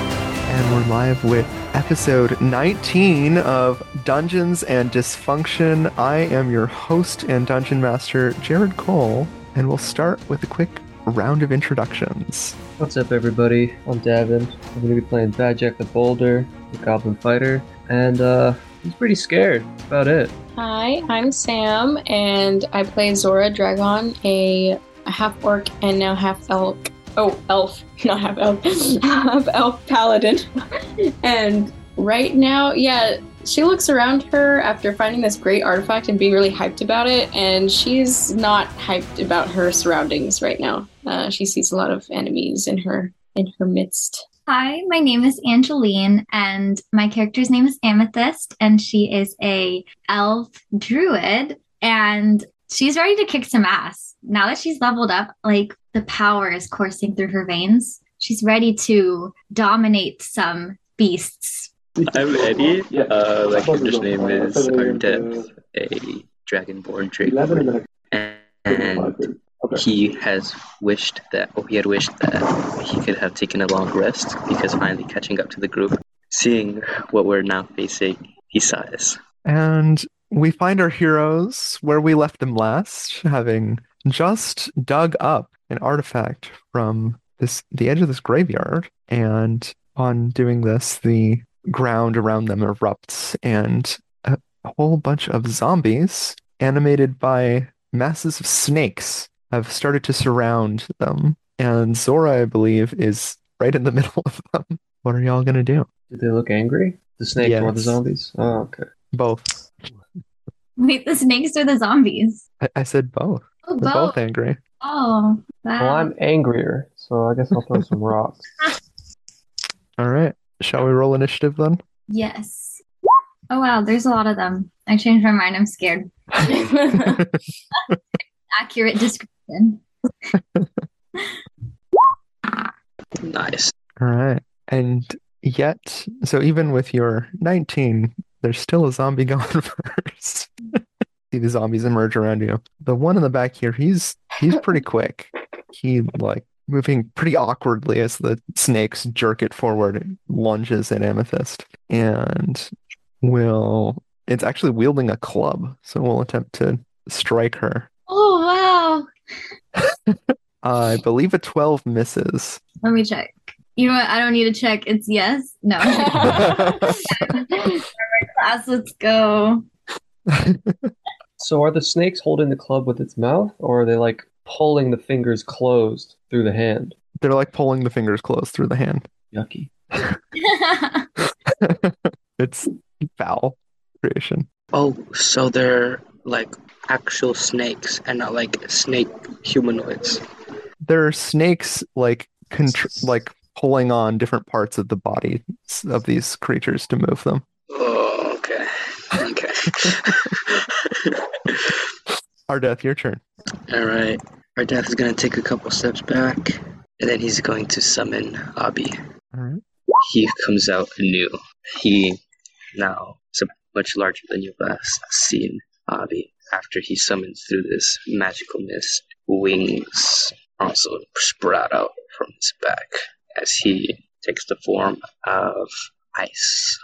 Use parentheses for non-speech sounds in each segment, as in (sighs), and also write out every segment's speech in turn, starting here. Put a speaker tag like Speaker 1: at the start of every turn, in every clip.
Speaker 1: And we're live with episode 19 of Dungeons and Dysfunction. I am your host and dungeon master, Jared Cole, and we'll start with a quick round of introductions.
Speaker 2: What's up, everybody? I'm Davin. I'm going to be playing Bad Jack the Boulder, the Goblin Fighter, and uh, he's pretty scared. That's about it.
Speaker 3: Hi, I'm Sam, and I play Zora Dragon, a half orc and now half elk. Oh, elf, (laughs) not half elf, half elf paladin. (laughs) and right now, yeah, she looks around her after finding this great artifact and being really hyped about it, and she's not hyped about her surroundings right now. Uh, she sees a lot of enemies in her in her midst. (laughs)
Speaker 4: Hi, my name is Angeline, and my character's name is Amethyst, and she is a elf druid, and she's ready to kick some ass. Now that she's leveled up, like the power is coursing through her veins. She's ready to dominate some beasts. (laughs)
Speaker 5: I'm Eddie. Uh, my character's name is Armdev, a dragonborn dragon, and he has wished that, or he had wished that he could have taken a long rest because finally catching up to the group, seeing what we're now facing, he sighs.
Speaker 1: And we find our heroes where we left them last, having just dug up an artifact from this the edge of this graveyard. And on doing this, the ground around them erupts, and a whole bunch of zombies, animated by masses of snakes, have started to surround them. And Zora, I believe, is right in the (laughs) middle of them. What are y'all gonna do?
Speaker 2: Did they look angry? The snake or the
Speaker 1: Yes.
Speaker 2: zombies? Oh, okay.
Speaker 1: Both.
Speaker 4: Wait, the snakes or the zombies?
Speaker 1: I, I said both.
Speaker 4: Oh,
Speaker 1: They're both eh?
Speaker 4: both.
Speaker 1: angry.
Speaker 4: Oh, wow.
Speaker 2: Well, I'm angrier, so I guess I'll throw some (laughs) rocks.
Speaker 1: All right. Shall we roll initiative then?
Speaker 4: yes. Oh, wow, there's a lot of them. I changed my mind. I'm scared. Accurate description.
Speaker 5: Nice.
Speaker 1: All right. And yet, so even with your 19, there's still a zombie (laughs) going first. (laughs) See the zombies emerge around you. The one in the back here, he's he's pretty quick. He like moving pretty awkwardly as the snakes jerk it forward and lunges at Amethyst. And will it's actually wielding a club, so we'll attempt to strike her.
Speaker 4: Oh, wow.
Speaker 1: I believe a 12 misses. (laughs)
Speaker 4: Let me check. You know what? I don't need to check. It's yes. No. Class, let's go. (laughs)
Speaker 2: so are the snakes holding the club with its mouth, or are they like pulling the fingers closed through the hand?
Speaker 1: They're like pulling the fingers closed through the hand.
Speaker 2: Yucky.
Speaker 1: It's foul creation.
Speaker 5: Oh, so they're like actual snakes and not like snake humanoids.
Speaker 1: There are snakes like contr- like pulling on different parts of the body of these creatures to move them.
Speaker 5: Oh, okay. (laughs) Okay.
Speaker 1: Ardeth, your turn.
Speaker 5: All right. Our death is going to take a couple steps back, and then he's going to summon Abby.
Speaker 1: All right.
Speaker 5: he comes out anew. He now is much larger than you've last seen Avi after he summons through this magical mist. Wings also sprout out from his back as he takes the form of ice.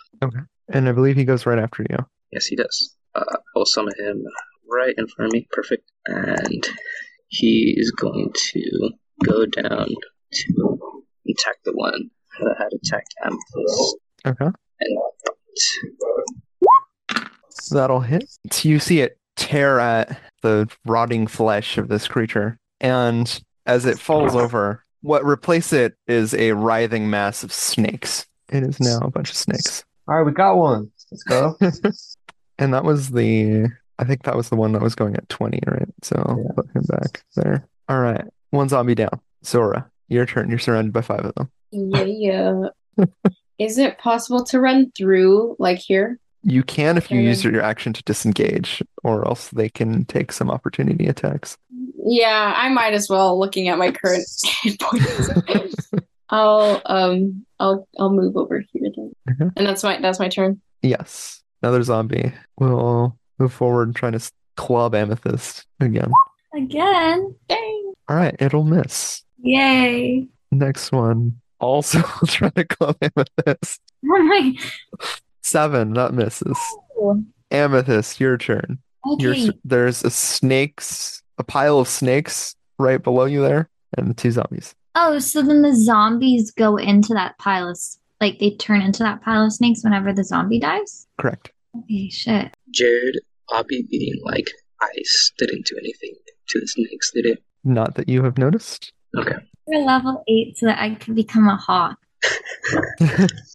Speaker 1: And I believe he goes right after you.
Speaker 5: Yes, he does. Uh, I'll summon him right in front of me. Perfect. And he is going to go down to attack the one that had attacked Amethyst.
Speaker 1: Okay.
Speaker 5: And
Speaker 1: So that'll hit. So you see it tear at the rotting flesh of this creature. And as it falls over, what replace it is a writhing mass of snakes. It is now a bunch of snakes.
Speaker 2: All right, we got one. Let's go.
Speaker 1: And that was the, I think that was the one that was going at 20, right? So I'll
Speaker 2: Yeah.
Speaker 1: put him back there. All right. One zombie down. Zora, your turn. You're surrounded by five of them.
Speaker 3: yeah, yeah. Is it possible to run through like here?
Speaker 1: You can if you
Speaker 3: Okay.
Speaker 1: use your action to disengage, or else they can take some opportunity attacks.
Speaker 3: Yeah, I might as well. Looking at my current hit points, I'll um, I'll I'll move over here then,
Speaker 1: Mhm.
Speaker 3: and that's my that's my turn.
Speaker 1: Yes. Another zombie will move forward and try to s- club Amethyst again.
Speaker 4: Again.
Speaker 3: Dang.
Speaker 1: All right. It'll miss.
Speaker 4: Yay.
Speaker 1: Next one also (laughs) try to club Amethyst.
Speaker 4: Oh my.
Speaker 1: Seven, that misses. Amethyst, your turn. Your
Speaker 4: Okay.
Speaker 1: s- there's a snakes, a pile of snakes right below you there, and two zombies.
Speaker 4: Oh, so then the zombies go into that pile of s- like they turn into that pile of snakes whenever the zombie dies.
Speaker 1: Correct.
Speaker 4: Okay, shit.
Speaker 5: Jared, Poppy being like ice didn't do anything to the snakes, did it?
Speaker 1: Not that you have noticed. (laughs)
Speaker 5: Okay.
Speaker 4: We're level eight so that I can become a hawk.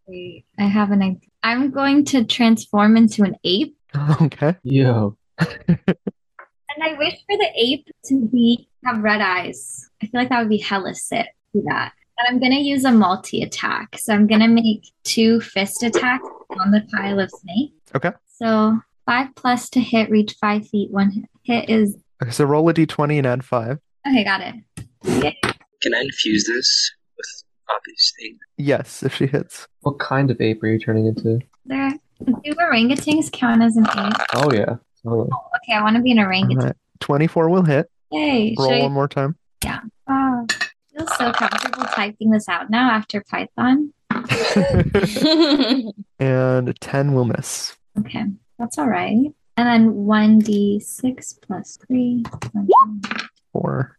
Speaker 4: Wait, I have an idea. I'm going to transform into an ape,
Speaker 1: okay.
Speaker 2: Yo.
Speaker 4: and I wish for the ape to be have red eyes. I feel like that would be hella sick. to Do that. And I'm gonna use a multi attack. So I'm gonna make two fist attacks on the pile of snakes.
Speaker 1: Okay.
Speaker 4: So five plus to hit, reach five feet. One hit is
Speaker 1: Okay, so roll a d20 and add five.
Speaker 4: Okay, got it.
Speaker 5: Can I infuse this with Poppy's thing?
Speaker 1: Yes, if she hits.
Speaker 2: What kind of ape are you turning into?
Speaker 4: There, do orangutans count as an ape?
Speaker 2: Oh yeah. Totally.
Speaker 4: Okay, I want to be an
Speaker 1: All
Speaker 4: orangutan.
Speaker 1: right. 24 will hit.
Speaker 4: Yay! Should
Speaker 1: Roll
Speaker 4: I,
Speaker 1: one more time.
Speaker 4: oh, I feel so comfortable typing this out now after Python.
Speaker 1: and a 10 will miss.
Speaker 4: Okay, that's all right. And then one d six plus three. Uh
Speaker 1: Four.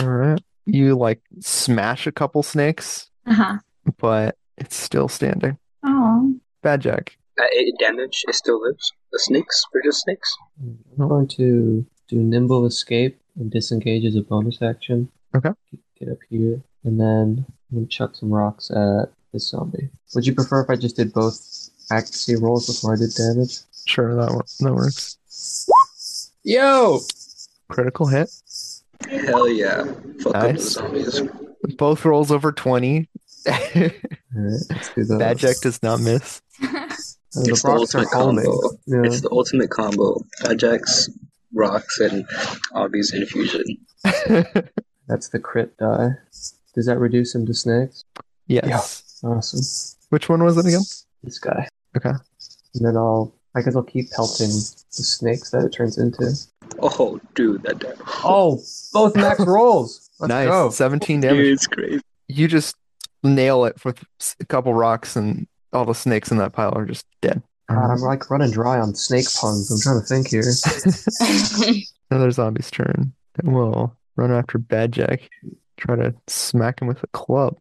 Speaker 1: All right. You like smash a couple snakes,
Speaker 4: huh.
Speaker 1: but it's still standing.
Speaker 4: Uh-huh. Oh,
Speaker 1: Bad Jack.
Speaker 5: Uh, it damage, it still lives. The snakes, we're just snakes.
Speaker 2: I'm going to do nimble escape and disengage as a bonus action.
Speaker 1: Okay.
Speaker 2: Get up here, and then I'm gonna chuck some rocks at this zombie. Would you prefer if I just did both accuracy rolls before I did damage?
Speaker 1: Sure, that, wor- that works.
Speaker 2: Yo!
Speaker 1: Critical hit.
Speaker 5: Hell yeah. Fuck up
Speaker 1: Nice.
Speaker 5: those zombies.
Speaker 1: Both rolls over 20. Bad
Speaker 2: Alright, let's do those.
Speaker 1: Jack does not miss.
Speaker 2: Uh, the
Speaker 5: It's the
Speaker 2: rocks are
Speaker 5: ultimate combo.
Speaker 2: calming. Yeah.
Speaker 5: It's the ultimate combo. Ajax, rocks, and Obby's infusion.
Speaker 2: That's the crit die. Does that reduce him to snakes?
Speaker 1: yes.
Speaker 2: Awesome.
Speaker 1: Which one was it again?
Speaker 2: This guy.
Speaker 1: Okay.
Speaker 2: And then I'll. I guess I'll keep pelting the snakes that it turns into.
Speaker 5: Oh, dude, that damage.
Speaker 2: Oh, both max rolls. Let's
Speaker 1: nice.
Speaker 2: go.
Speaker 1: 17 damage.
Speaker 5: Dude, it's crazy.
Speaker 1: You just nail it with s- a couple rocks, and all the snakes in that pile are just dead.
Speaker 2: God,
Speaker 1: Uh-huh.
Speaker 2: I'm like running dry on snake puns. I'm trying to think here.
Speaker 1: Another zombie's turn. It will run after Bad Jack. Try to smack him with a club.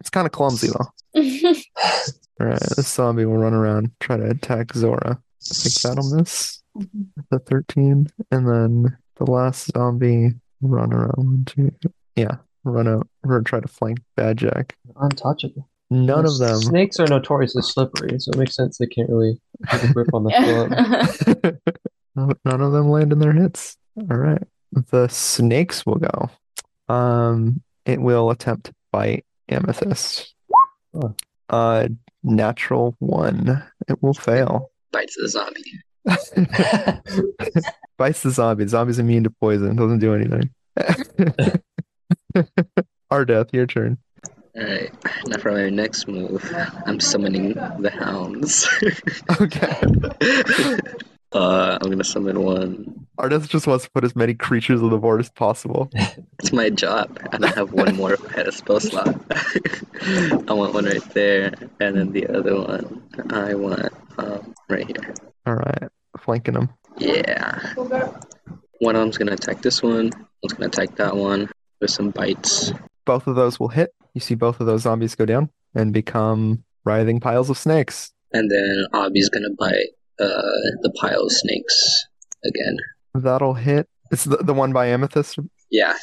Speaker 1: It's kind of clumsy though. All right, this zombie will run around, try to attack Zora. I think that'll miss the thirteen, and then the last zombie will run around. One, two, yeah, run out or try to flank Bad Jack.
Speaker 2: Untouchable.
Speaker 1: None of them. (laughs)
Speaker 2: Snakes are notoriously slippery, so it makes sense they can't really get a grip
Speaker 3: (laughs)
Speaker 2: on the club.
Speaker 1: None none of them land in their hits. All right. The snakes will go. Um, it will attempt to bite Amethyst.
Speaker 2: Oh.
Speaker 1: Uh, natural one. It will fail.
Speaker 5: Bites the zombie.
Speaker 1: (laughs) Bites the zombie. Zombie's immune to poison. Doesn't do anything. (laughs) Ardeth, your turn.
Speaker 5: Alright, now for my next move, I'm summoning the hounds. (laughs)
Speaker 1: Okay.
Speaker 5: uh, I'm gonna summon one.
Speaker 1: Ardeth just wants to put as many creatures on the board as possible.
Speaker 5: It's my job, and I have one more at a spell slot. (laughs) I want one right there, and then the other one I want um, right here.
Speaker 1: All right. Flanking him.
Speaker 5: Yeah. One of them's gonna attack this one, one's gonna attack that one with some bites.
Speaker 1: Both of those will hit. You see both of those zombies go down and become writhing piles of snakes.
Speaker 5: And then Obby's gonna bite uh, the pile of snakes again.
Speaker 1: That'll hit. It's the, the one by Amethyst.
Speaker 5: Yeah.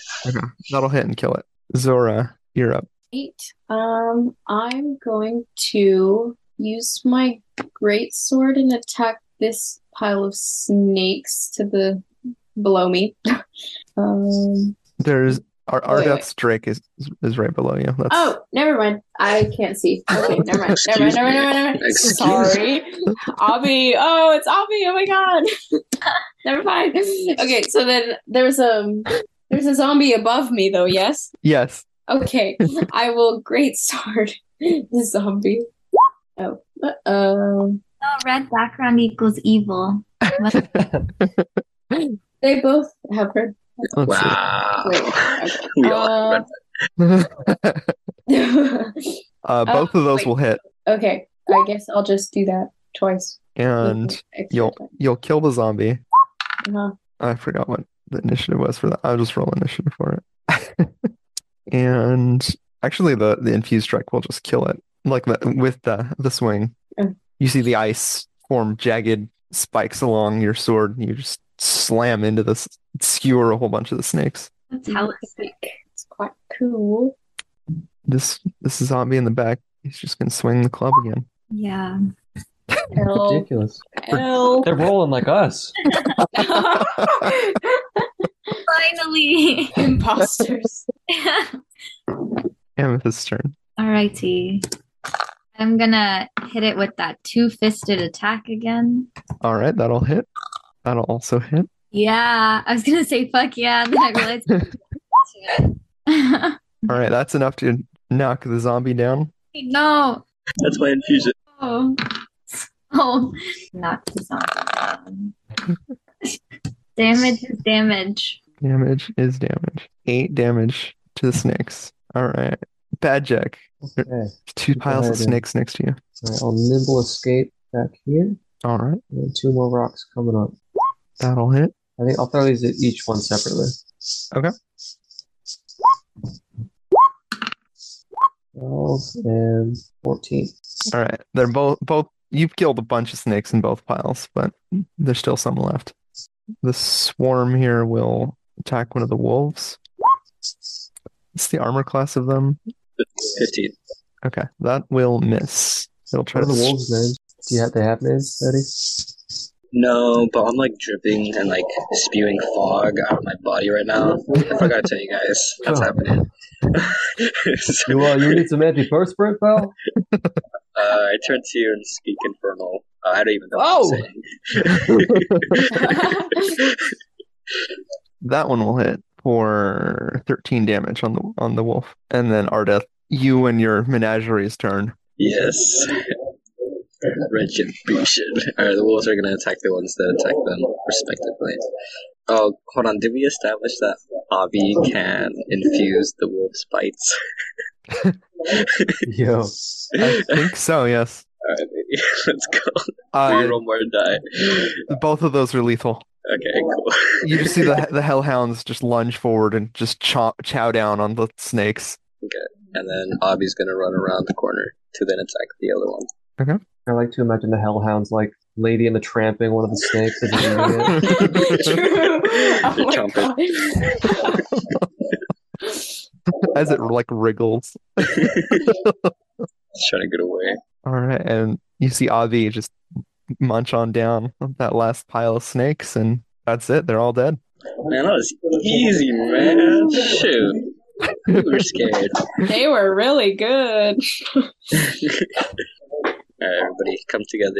Speaker 1: That'll hit and kill it. Zora, you're up.
Speaker 3: Eight. Um, I'm going to use my great sword and attack this pile of snakes to the below me. (laughs) um,
Speaker 1: There's our our
Speaker 3: Wait, wait.
Speaker 1: death's Drake is is right below you. That's
Speaker 3: oh, never mind. I can't see. Okay, never mind. Never mind. Never mind. Never mind. Never mind.
Speaker 5: Excuse me.
Speaker 3: Sorry, Abby. Oh, it's Abby. Oh my god. (laughs) never mind. Okay, so then there's um there's a zombie above me though. Yes.
Speaker 1: yes.
Speaker 3: Okay, I will great sword (laughs) the zombie. Oh, um,
Speaker 4: oh, red background equals evil. What-
Speaker 3: they both have red.
Speaker 1: Let's see.
Speaker 5: Wow. (laughs)
Speaker 3: Wait, okay.
Speaker 5: We all have
Speaker 3: Uh,
Speaker 5: red
Speaker 1: (laughs) uh, both of those
Speaker 3: Oh, wait.
Speaker 1: will hit,
Speaker 3: (laughs) Okay, I guess I'll just do that twice.
Speaker 1: and
Speaker 3: Extra
Speaker 1: you'll
Speaker 3: time.
Speaker 1: you'll kill the zombie.
Speaker 3: Uh-huh.
Speaker 1: I forgot what the initiative was for that. I'll just roll initiative for it. (laughs) and actually, the the infused strike will just kill it, like the, with the the swing.
Speaker 3: Mm.
Speaker 1: You see the ice form jagged spikes along your sword, and you just slam into this, skewer a whole bunch of the snakes.
Speaker 4: That's how it's
Speaker 3: It's quite cool.
Speaker 1: This this zombie in the back, he's just gonna swing the club again.
Speaker 4: Yeah.
Speaker 3: L
Speaker 2: Ridiculous. (laughs)
Speaker 3: L.
Speaker 2: They're rolling like us.
Speaker 4: (laughs) Finally.
Speaker 3: Imposters.
Speaker 1: Amethyst's turn.
Speaker 4: Alrighty. I'm gonna hit it with that two-fisted attack again.
Speaker 1: All right, that'll hit. That'll also hit.
Speaker 4: Yeah, I was gonna say fuck yeah, then I realized. (laughs) Shit.
Speaker 1: All right, that's enough to knock the zombie down.
Speaker 4: no.
Speaker 5: That's my infusion.
Speaker 4: Oh. oh, not the zombie. damage is damage.
Speaker 1: Damage is damage. Eight damage to the snakes. All right, bad Jack.
Speaker 2: Okay. All
Speaker 1: Two
Speaker 2: Go
Speaker 1: piles of
Speaker 2: ahead and-
Speaker 1: snakes next to you.
Speaker 2: right, I'll nimble escape back here. And
Speaker 1: All right,
Speaker 2: then two more rocks coming up.
Speaker 1: that'll hit.
Speaker 2: I think I'll throw these at each one separately.
Speaker 1: Okay.
Speaker 2: Twelve and fourteen.
Speaker 1: All right, they're both both. You've killed a bunch of snakes in both piles, but there's still some left. The swarm here will attack one of the wolves. It's the armor class of them.
Speaker 5: 15.
Speaker 1: Okay, that will miss. It'll try
Speaker 2: What are
Speaker 1: to
Speaker 2: the wolves' names? Do you have, they have names, Betty?
Speaker 5: No, but I'm like dripping and like spewing fog out of my body right now. I forgot to tell you guys what's
Speaker 2: Oh.
Speaker 5: happening.
Speaker 2: (laughs) You uh, you need some antiperspirant, pal.
Speaker 5: (laughs) uh, I turn to you and speak infernal. Uh, I don't even know what I'm saying.
Speaker 2: (laughs)
Speaker 1: That one will hit for 13 damage on the on the wolf. And then Ardeth, you and your menagerie's turn.
Speaker 5: Yes. Retribution. Alright, the wolves are gonna attack the ones that attack them, respectively. Oh, hold on, did we establish that Avi can infuse the wolf's bites?
Speaker 2: Yo,
Speaker 1: I think so, yes.
Speaker 5: Alright, baby, (laughs) let's go.
Speaker 1: Uh,
Speaker 5: roll more die.
Speaker 1: both of those are lethal.
Speaker 5: Okay, cool.
Speaker 1: You just see
Speaker 3: (laughs)
Speaker 1: the the hellhounds just lunge forward and just chomp, chow down on the snakes.
Speaker 5: And then Avi's gonna run around the corner to then attack the other one.
Speaker 2: (laughs) I like to imagine the hellhounds like Lady and the Tramping, one of the snakes. Is eating it.
Speaker 3: True. Oh my
Speaker 5: Chomp
Speaker 3: God.
Speaker 1: As it like wriggles.
Speaker 5: It's trying to get away.
Speaker 1: All right, and you see Avi just munch on down that last pile of snakes, and that's it. They're all dead.
Speaker 5: Man, that was easy, man. Shoot. We were scared.
Speaker 3: They were really good.
Speaker 5: Alright, everybody, come together. (laughs)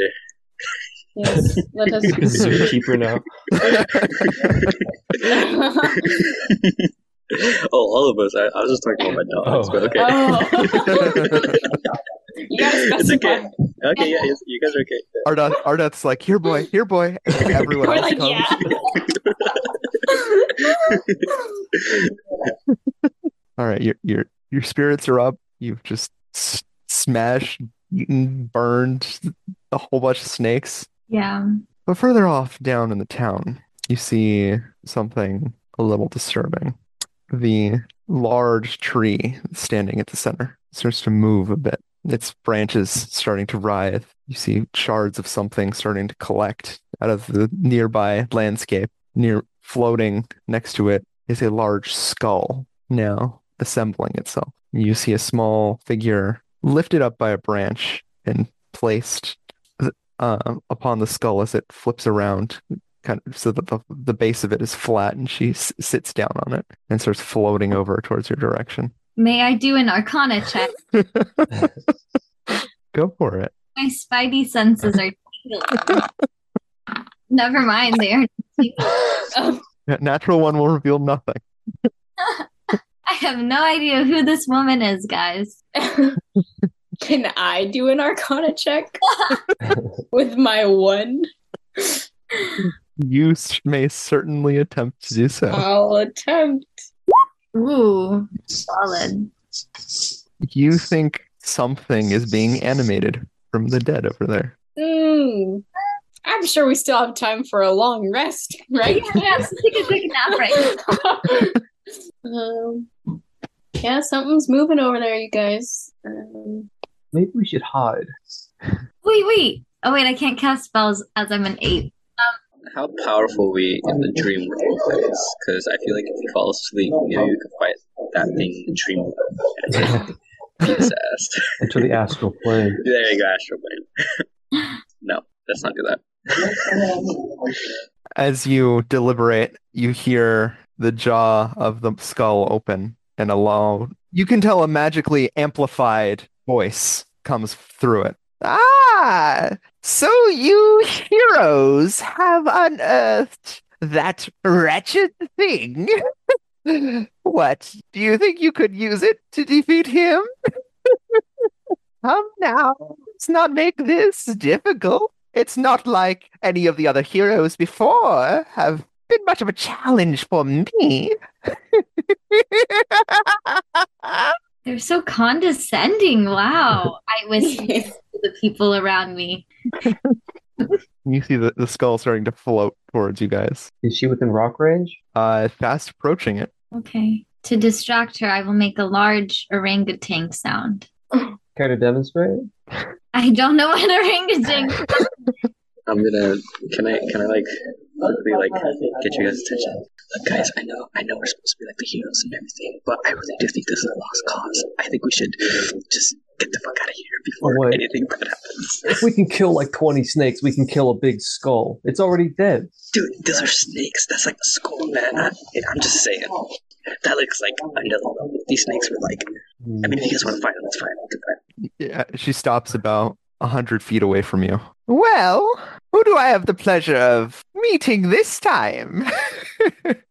Speaker 3: Yes, let us.
Speaker 2: (laughs)
Speaker 3: (laughs)
Speaker 2: Zookeeper now.
Speaker 5: (laughs) oh, all of us. I, I was just talking about my dogs,
Speaker 2: Oh.
Speaker 5: but okay.
Speaker 3: Oh, you gotta
Speaker 5: It's
Speaker 3: specify.
Speaker 5: okay. (laughs) Okay, yeah, yes, you guys are okay.
Speaker 1: Ardath, Ardath's like, here, boy, here, boy.
Speaker 3: (laughs)
Speaker 1: And everyone
Speaker 3: We're
Speaker 1: else
Speaker 3: like,
Speaker 1: comes.
Speaker 3: yeah.
Speaker 1: All right, your your your spirits are up. You've just s- smashed, eaten, burned a whole bunch of snakes.
Speaker 4: Yeah.
Speaker 1: But further off down in the town, you see something a little disturbing. The large tree standing at the center starts to move a bit. Its branches starting to writhe. You see shards of something starting to collect out of the nearby landscape. Near floating next to it is a large skull now assembling itself. You see a small figure lifted up by a branch and placed uh, upon the skull as it flips around, kind of so that the, the base of it is flat, and she s- sits down on it and starts floating over towards your direction.
Speaker 4: May I do an arcana check?
Speaker 1: Go for it.
Speaker 4: My spidey senses are tingling. Never mind, they are
Speaker 3: (laughs) Oh,
Speaker 1: Yeah, Natural one will reveal nothing.
Speaker 4: I have no idea who this woman is, guys.
Speaker 3: Can I do an Arcana check with my one? Uh,
Speaker 1: You s- may certainly attempt to do so.
Speaker 3: I'll attempt.
Speaker 4: Ooh, solid.
Speaker 1: You think something is being animated from the dead over there.
Speaker 3: Hmm. I'm sure we still have time for a long rest, right?
Speaker 4: Yeah, let's take a quick
Speaker 3: (laughs)
Speaker 4: nap right now.
Speaker 3: um, yeah, something's moving over there, you guys. Um,
Speaker 2: Maybe we should hide.
Speaker 4: Wait, wait. Oh, wait, I can't cast spells as I'm an ape.
Speaker 5: How powerful we in the dream world is, because I feel like if you fall asleep, maybe we could fight that thing in the dream world. And it just beats ass.
Speaker 2: Into the astral plane.
Speaker 5: There you go, Astral Plane. (laughs) no, let's not do that.
Speaker 1: As you deliberate, you hear the jaw of the skull open and a loud, you can tell a magically amplified voice comes through it. Ah, so you heroes have unearthed that wretched thing. (laughs) what, do you think you could use it to defeat him? (laughs) Come now, let's not make this difficult. It's not like any of the other heroes before have been much of a challenge for me.
Speaker 4: They're so condescending. Wow. I whispered to the people around me.
Speaker 1: (laughs) you see the, the skull starting to float towards you guys.
Speaker 2: Is she within rock range?
Speaker 1: Uh, fast approaching it.
Speaker 4: Okay. To distract her, I will make a large orangutan sound.
Speaker 2: Care to demonstrate?
Speaker 4: I don't know
Speaker 3: (laughs)
Speaker 4: what orangutan. (laughs)
Speaker 5: I'm gonna. Can I? Can I like quickly like get you guys' attention? Look, guys, I know, I know we're supposed to be like the heroes and everything, but I really do think this is a lost cause. I think we should just get the fuck out of here before
Speaker 2: What?
Speaker 5: anything bad happens.
Speaker 2: If we can kill like 20 snakes, we can kill a big skull. It's already dead.
Speaker 5: Dude, those are snakes. That's like a skull, man. I, I'm just saying. That looks like another level. These snakes were like.
Speaker 2: Hmm.
Speaker 5: I mean, if you guys want to fight them, it's fine. We can fight.
Speaker 1: Yeah, she stops about a hundred feet away from you. Well, who do I have the pleasure of meeting this time? (laughs)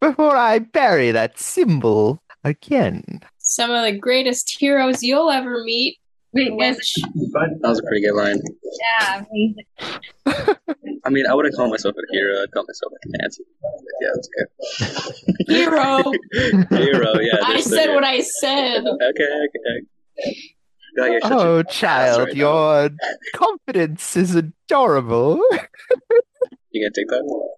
Speaker 1: Before I bury that symbol again.
Speaker 3: (laughs) some of the greatest heroes you'll ever meet.
Speaker 4: Wait, guys,
Speaker 3: Which,
Speaker 5: That was a pretty good line.
Speaker 4: yeah, we-
Speaker 5: I mean, I wouldn't call myself a hero. I'd call myself like an anti. Yeah, that's
Speaker 3: hero,
Speaker 5: good. (laughs) hero, yeah.
Speaker 3: I
Speaker 5: there's the-
Speaker 3: said what I said.
Speaker 5: (laughs) Okay, okay. God, you're such a-
Speaker 1: Oh, child,
Speaker 5: right now.
Speaker 1: your confidence is adorable.
Speaker 5: you gonna take that?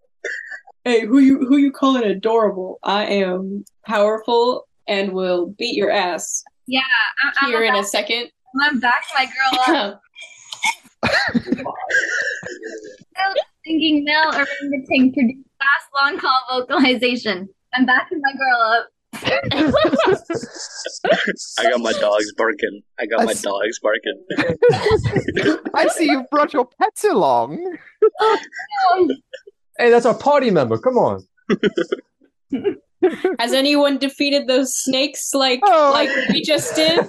Speaker 3: Hey, who you who you calling adorable? I am powerful and will beat your ass
Speaker 4: I- I'm,
Speaker 3: here in
Speaker 4: about-
Speaker 3: a second.
Speaker 4: I'm back my girl up. Thinking male orangutan produced fast long call vocalization. I'm backing my girl up.
Speaker 5: I got my dogs barking. I got my
Speaker 1: That's-
Speaker 5: dogs barking. (laughs)
Speaker 1: I see you brought your pets along.
Speaker 2: Hey, that's our party member. Come on.
Speaker 3: (laughs) Has anyone defeated those snakes like
Speaker 1: Oh.
Speaker 3: like we just did?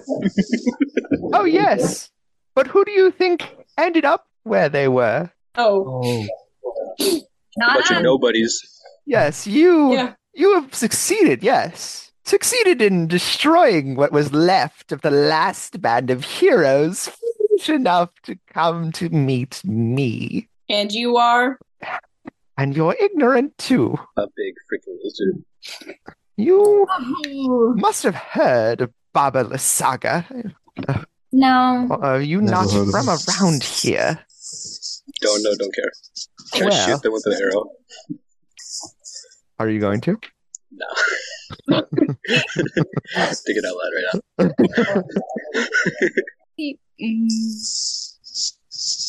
Speaker 1: Oh, yes. But who do you think ended up where they were?
Speaker 3: Oh,
Speaker 2: Oh,
Speaker 5: A
Speaker 4: Not
Speaker 5: bunch of
Speaker 4: us.
Speaker 5: nobodies.
Speaker 1: Yes, you
Speaker 3: Yeah.
Speaker 1: you have succeeded, yes. Succeeded in destroying what was left of the last band of heroes foolish enough to come to meet me.
Speaker 3: and you
Speaker 5: (laughs)
Speaker 3: are (laughs)
Speaker 1: And you're ignorant too.
Speaker 5: A big freaking lizard.
Speaker 1: You
Speaker 5: Oh.
Speaker 4: Ooh.
Speaker 1: must have heard of Baba Lasaga.
Speaker 4: No.
Speaker 1: Are you
Speaker 2: Never
Speaker 1: not
Speaker 2: heard of
Speaker 1: from
Speaker 2: him.
Speaker 1: around here?
Speaker 5: Don't know, don't care. Can I
Speaker 1: Well.
Speaker 5: shoot them with an arrow?
Speaker 1: Are you going to?
Speaker 5: No. Think it out loud right now.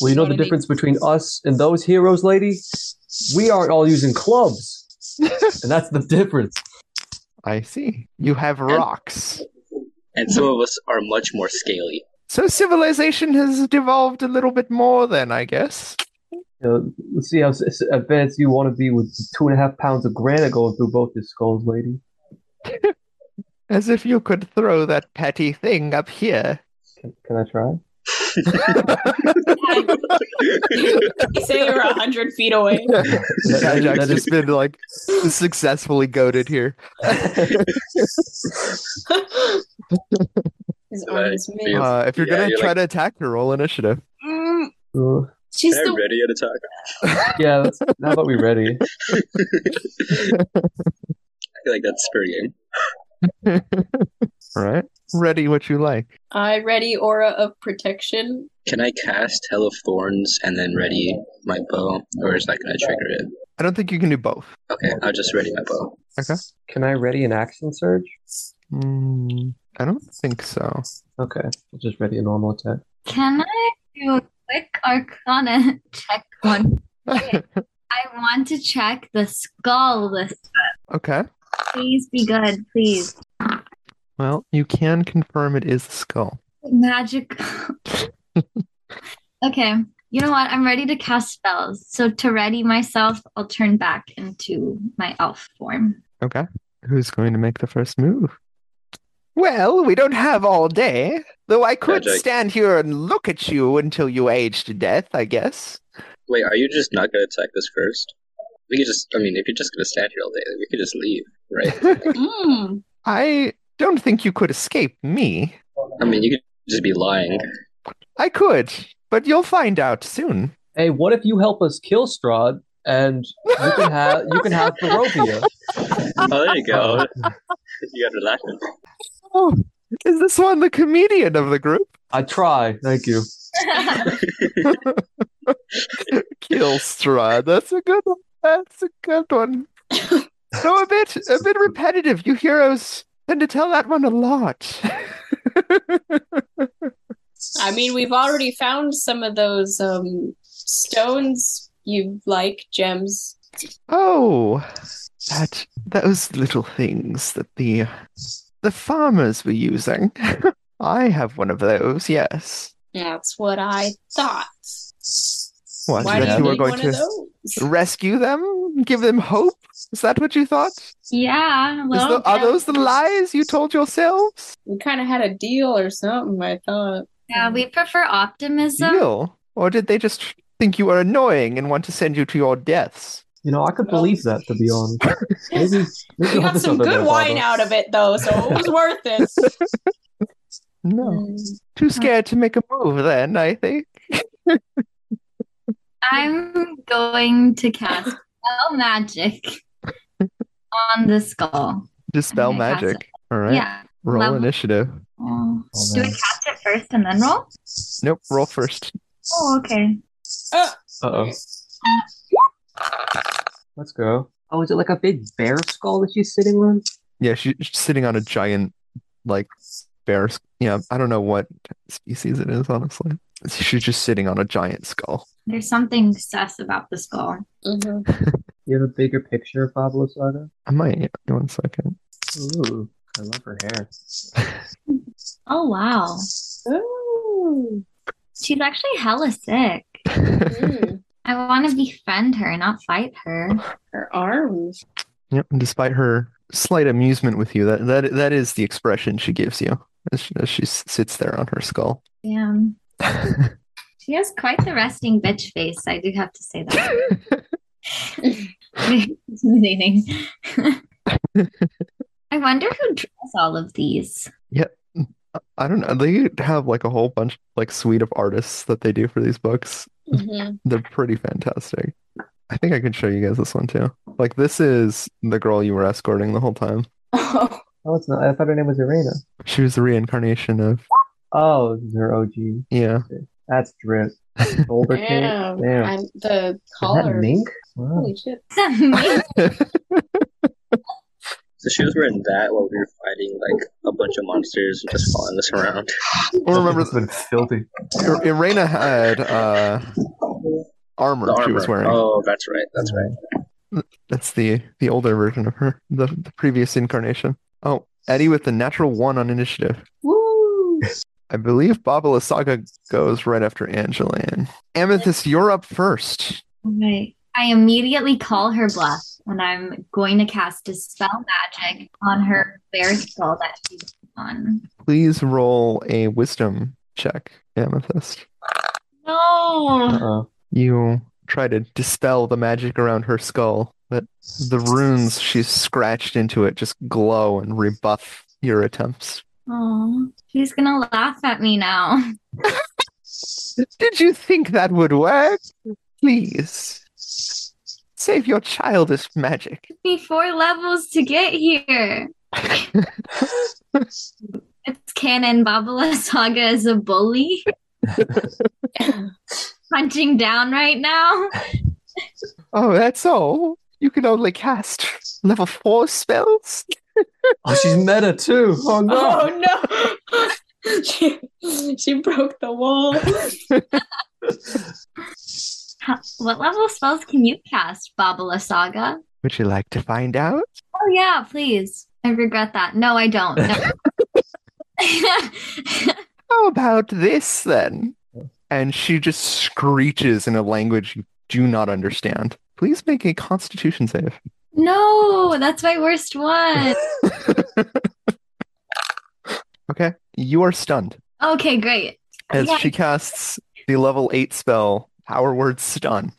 Speaker 2: well, you know the
Speaker 3: Gotta be-
Speaker 2: difference between us and those heroes, lady? We aren't all using (laughs) clubs. and that's the difference.
Speaker 1: I see. You have rocks.
Speaker 5: And some of us are much more scaly.
Speaker 1: So civilization has devolved a little bit more then, I guess.
Speaker 2: You know, let's see how s- s- advanced you want to be with two and a half pounds of granite going through both your skulls, lady.
Speaker 1: As if you could throw that petty thing up here.
Speaker 2: Can, can I try?
Speaker 3: they say you're a hundred feet away.
Speaker 1: (laughs) Yeah,
Speaker 2: That-
Speaker 1: Jack's
Speaker 2: that is-
Speaker 1: just been like successfully goaded here.
Speaker 3: His arm is made.
Speaker 5: Yes.
Speaker 1: Uh, if you're
Speaker 5: Yeah,
Speaker 1: gonna
Speaker 5: you're
Speaker 1: try
Speaker 5: like-
Speaker 1: to attack her, roll initiative.
Speaker 3: Mm,
Speaker 2: Uh,
Speaker 3: she's
Speaker 5: Am I
Speaker 3: the
Speaker 5: ready at attack?
Speaker 3: (laughs)
Speaker 2: yeah, that's, how about we ready?
Speaker 5: I feel like that's fair game.
Speaker 1: All right. Ready what you like.
Speaker 3: I ready aura of protection.
Speaker 5: Can I cast Hell of Thorns and then ready my bow, or is that gonna trigger it?
Speaker 1: I don't think you can do both.
Speaker 5: Okay, I'll just ready my bow.
Speaker 2: Can I ready an action surge?
Speaker 1: Mm, I don't think so.
Speaker 2: Okay, I'll just ready a normal attack.
Speaker 4: Can I do a quick arcana check one? I want to check the skull list.
Speaker 1: (laughs) okay.
Speaker 4: Please be good, please.
Speaker 1: Well, you can confirm it is the skull. (laughs)
Speaker 4: Magic. okay. You know what? I'm ready to cast spells. So to ready myself, I'll turn back into my elf
Speaker 1: (laughs)
Speaker 4: form.
Speaker 1: Okay. Who's going to make the first move? Well, we don't have all day, though I could
Speaker 5: Magic.
Speaker 1: stand here and look at you until you age to death, I guess.
Speaker 5: Wait, are you just not gonna attack this first? We could just, I mean, if you're just gonna stand here all day, we could just leave, right?
Speaker 3: Mm.
Speaker 1: I don't think you could escape me.
Speaker 5: I mean, you could just be lying.
Speaker 1: I could, but you'll find out soon.
Speaker 2: Hey, what if you help us kill Strahd and you can have you can have
Speaker 3: (laughs)
Speaker 2: Barovia?
Speaker 5: Oh, there you go. you got relaxed.
Speaker 1: Oh, is this one the comedian of the group?
Speaker 2: I try. Thank you.
Speaker 1: Kill Strahd. That's a good one. That's a good one. So a bit a bit repetitive. You heroes tend to tell that one a lot.
Speaker 3: I mean, we've already found some of those um, stones you like, gems.
Speaker 1: Oh, that those little things that the the farmers were using. (laughs) I have one of those. Yes.
Speaker 3: That's what I thought.
Speaker 1: What?
Speaker 3: Why
Speaker 2: that you
Speaker 3: do you
Speaker 1: were
Speaker 3: need
Speaker 1: going
Speaker 3: one
Speaker 1: to-
Speaker 3: of those?
Speaker 1: Rescue them? Give them hope? Is that what you thought? Is
Speaker 4: Yeah. well,
Speaker 1: tho- are those the lies you told yourselves?
Speaker 3: We kind of had a deal or something. I
Speaker 2: (laughs)
Speaker 3: thought.
Speaker 4: Yeah, we prefer optimism.
Speaker 1: Deal? Or did they just think you were annoying and want to send you to your deaths?
Speaker 2: You know, I could believe that to be honest. Maybe, maybe
Speaker 3: We
Speaker 2: I'll
Speaker 3: got
Speaker 2: just
Speaker 3: some
Speaker 2: open
Speaker 3: good
Speaker 2: my
Speaker 3: wine
Speaker 2: bottle.
Speaker 3: out of it though, so
Speaker 2: (laughs)
Speaker 3: it was worth it.
Speaker 1: No.
Speaker 3: Mm.
Speaker 1: Too scared to make a move then, I think.
Speaker 4: I'm going to cast spell magic on the skull.
Speaker 1: Dispel
Speaker 4: I'm gonna cast it.
Speaker 1: magic. All right.
Speaker 4: Yeah.
Speaker 1: Roll
Speaker 4: level-
Speaker 1: initiative.
Speaker 4: Oh.
Speaker 2: Oh,
Speaker 4: Do I
Speaker 2: man.
Speaker 4: cast it first and then roll?
Speaker 1: Nope. Roll first.
Speaker 4: Oh, okay.
Speaker 2: Uh-oh. Let's go. Oh, is it like a big bear skull that she's sitting on?
Speaker 1: Yeah, she- she's sitting on a giant, like, bear. s- Yeah, I don't know what species it is, honestly. She's just sitting on a giant skull.
Speaker 4: There's something sus about the skull.
Speaker 3: Mhm.
Speaker 2: You have a bigger picture of Pablo Saga?
Speaker 1: I might. One second. (laughs)
Speaker 2: Ooh, I love her hair.
Speaker 4: Oh wow.
Speaker 3: Ooh.
Speaker 4: She's actually hella sick.
Speaker 3: Mm.
Speaker 4: I want to befriend her, not fight her.
Speaker 3: Her arms.
Speaker 1: Yep. And despite her slight amusement with you, that that that is the expression she gives you as she, as she s- sits there on her skull.
Speaker 4: Damn. She has quite the resting bitch face. I do have to say that. Very intimidating. I wonder who draws all of these.
Speaker 1: I don't know. They have like a whole bunch like suite of artists that they do for these books.
Speaker 3: Mhm.
Speaker 1: They're pretty fantastic. I think I could show you guys this one too. Like this is the girl you were escorting the whole time.
Speaker 3: (laughs) Oh,
Speaker 2: Oh, it's not. I thought her name was Irena.
Speaker 1: She was the reincarnation of
Speaker 2: Oh, this is her OG.
Speaker 1: yeah.
Speaker 2: That's (laughs) drip. Boulder King.
Speaker 3: damn!
Speaker 2: Damn.
Speaker 3: I'm the
Speaker 2: Is that
Speaker 3: collar.
Speaker 2: mink? Wow.
Speaker 3: Holy shit!
Speaker 5: So she was wearing that while we were fighting like a bunch of monsters and just following us around.
Speaker 1: Well, remember,
Speaker 2: been (laughs) filthy.
Speaker 1: Ir- Irena had uh, armor
Speaker 5: The
Speaker 1: she
Speaker 5: armor.
Speaker 1: was wearing.
Speaker 5: Oh, that's right. That's
Speaker 2: (laughs)
Speaker 5: right.
Speaker 1: That's the the older version of her, the, the previous incarnation. Oh, Eddie with the natural one on initiative.
Speaker 3: Woo!
Speaker 1: I believe Babala Saga goes right after Angeline. Amethyst, you're up first.
Speaker 4: Right. I immediately call her bluff and I'm going to cast a spell magic on her bear skull that she's on.
Speaker 1: Please roll a wisdom check, Amethyst.
Speaker 4: No.
Speaker 2: Uh-oh.
Speaker 1: You try to dispel the magic around her skull, but the runes she's scratched into it just glow and rebuff your attempts.
Speaker 4: Oh, she's gonna laugh at me now.
Speaker 1: Did you think that would work? Please. Save your childish magic. (laughs)
Speaker 4: Took me four levels to get here. It's canon. Babala (laughs) Saga is a bully. Punching down right now.
Speaker 1: Oh, that's all. You can only cast level four spells.
Speaker 2: Oh, she's meta too. Oh no.
Speaker 3: Oh no! (laughs) she, she broke the wall.
Speaker 4: How, what level spells can you cast, Babala Saga?
Speaker 1: Would you like to find out?
Speaker 4: Oh yeah, please. I regret that. No, I don't. No. (laughs)
Speaker 1: How about this then? And she just screeches in a language you do not understand. Please make a constitution save.
Speaker 4: no, that's my worst one.
Speaker 1: Okay. You are stunned
Speaker 4: Okay, great.
Speaker 1: as
Speaker 4: Yeah.
Speaker 1: she casts the level eight spell, Power Word Stun.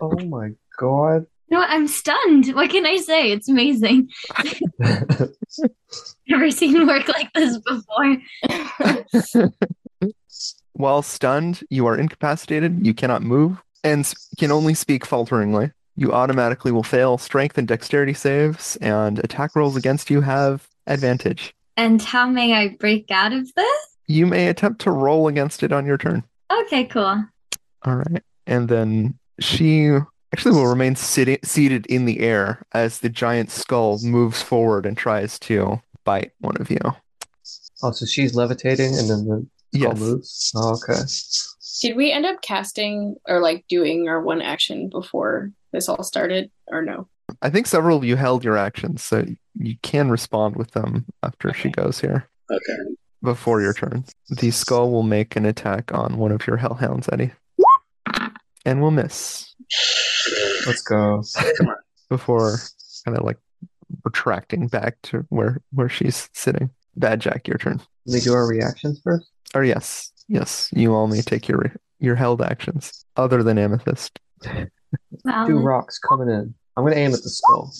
Speaker 2: Oh my god.
Speaker 4: No, I'm stunned. What can I say? It's amazing. (laughs) Never seen work like this before.
Speaker 1: While stunned, you are incapacitated, you cannot move, and s- can only speak falteringly. You automatically will fail strength and dexterity saves, and attack rolls against you have advantage.
Speaker 4: And how may I break out of this?
Speaker 1: You may attempt to roll against it on your turn.
Speaker 4: Okay, cool.
Speaker 1: All right. And then she actually will remain sitting seated in the air as the giant skull moves forward and tries to bite one of you.
Speaker 2: (laughs) oh, so she's levitating and then the call
Speaker 1: Yes.
Speaker 2: moves. Oh, okay.
Speaker 3: Did we end up casting or like doing our one action before this all started, or no?
Speaker 1: I think several of you held your actions, so you can respond with them after she goes here
Speaker 5: Okay.
Speaker 1: before your turn. The skull will make an attack on one of your hellhounds, Eddie. And will miss
Speaker 2: Let's go.
Speaker 1: before kind of like retracting back to where where she's sitting. Bad Jack, your turn.
Speaker 2: Let me do our reactions first.
Speaker 1: Or yes, yes, you all may take your your held actions other than Amethyst.
Speaker 4: Well,
Speaker 3: Uh-huh.
Speaker 2: Two rocks coming in. I'm gonna aim at the skull.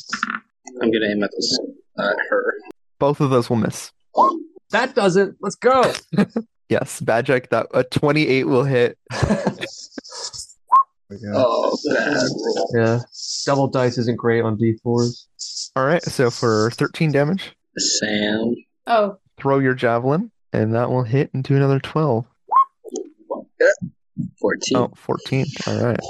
Speaker 5: I'm gonna aim at this at her.
Speaker 1: Both of those will miss.
Speaker 2: That doesn't. Let's go.
Speaker 1: Yes, Bad Jack, that a twenty-eight will
Speaker 5: (laughs)
Speaker 1: hit.
Speaker 2: We go.
Speaker 5: Oh, bad roll.
Speaker 2: Yeah. Double dice isn't great on D4s.
Speaker 1: All right, so for thirteen damage,
Speaker 5: Sam.
Speaker 3: Oh,
Speaker 1: throw your javelin, and that will hit and do another twelve.
Speaker 5: 14.
Speaker 1: Oh, 14. All right.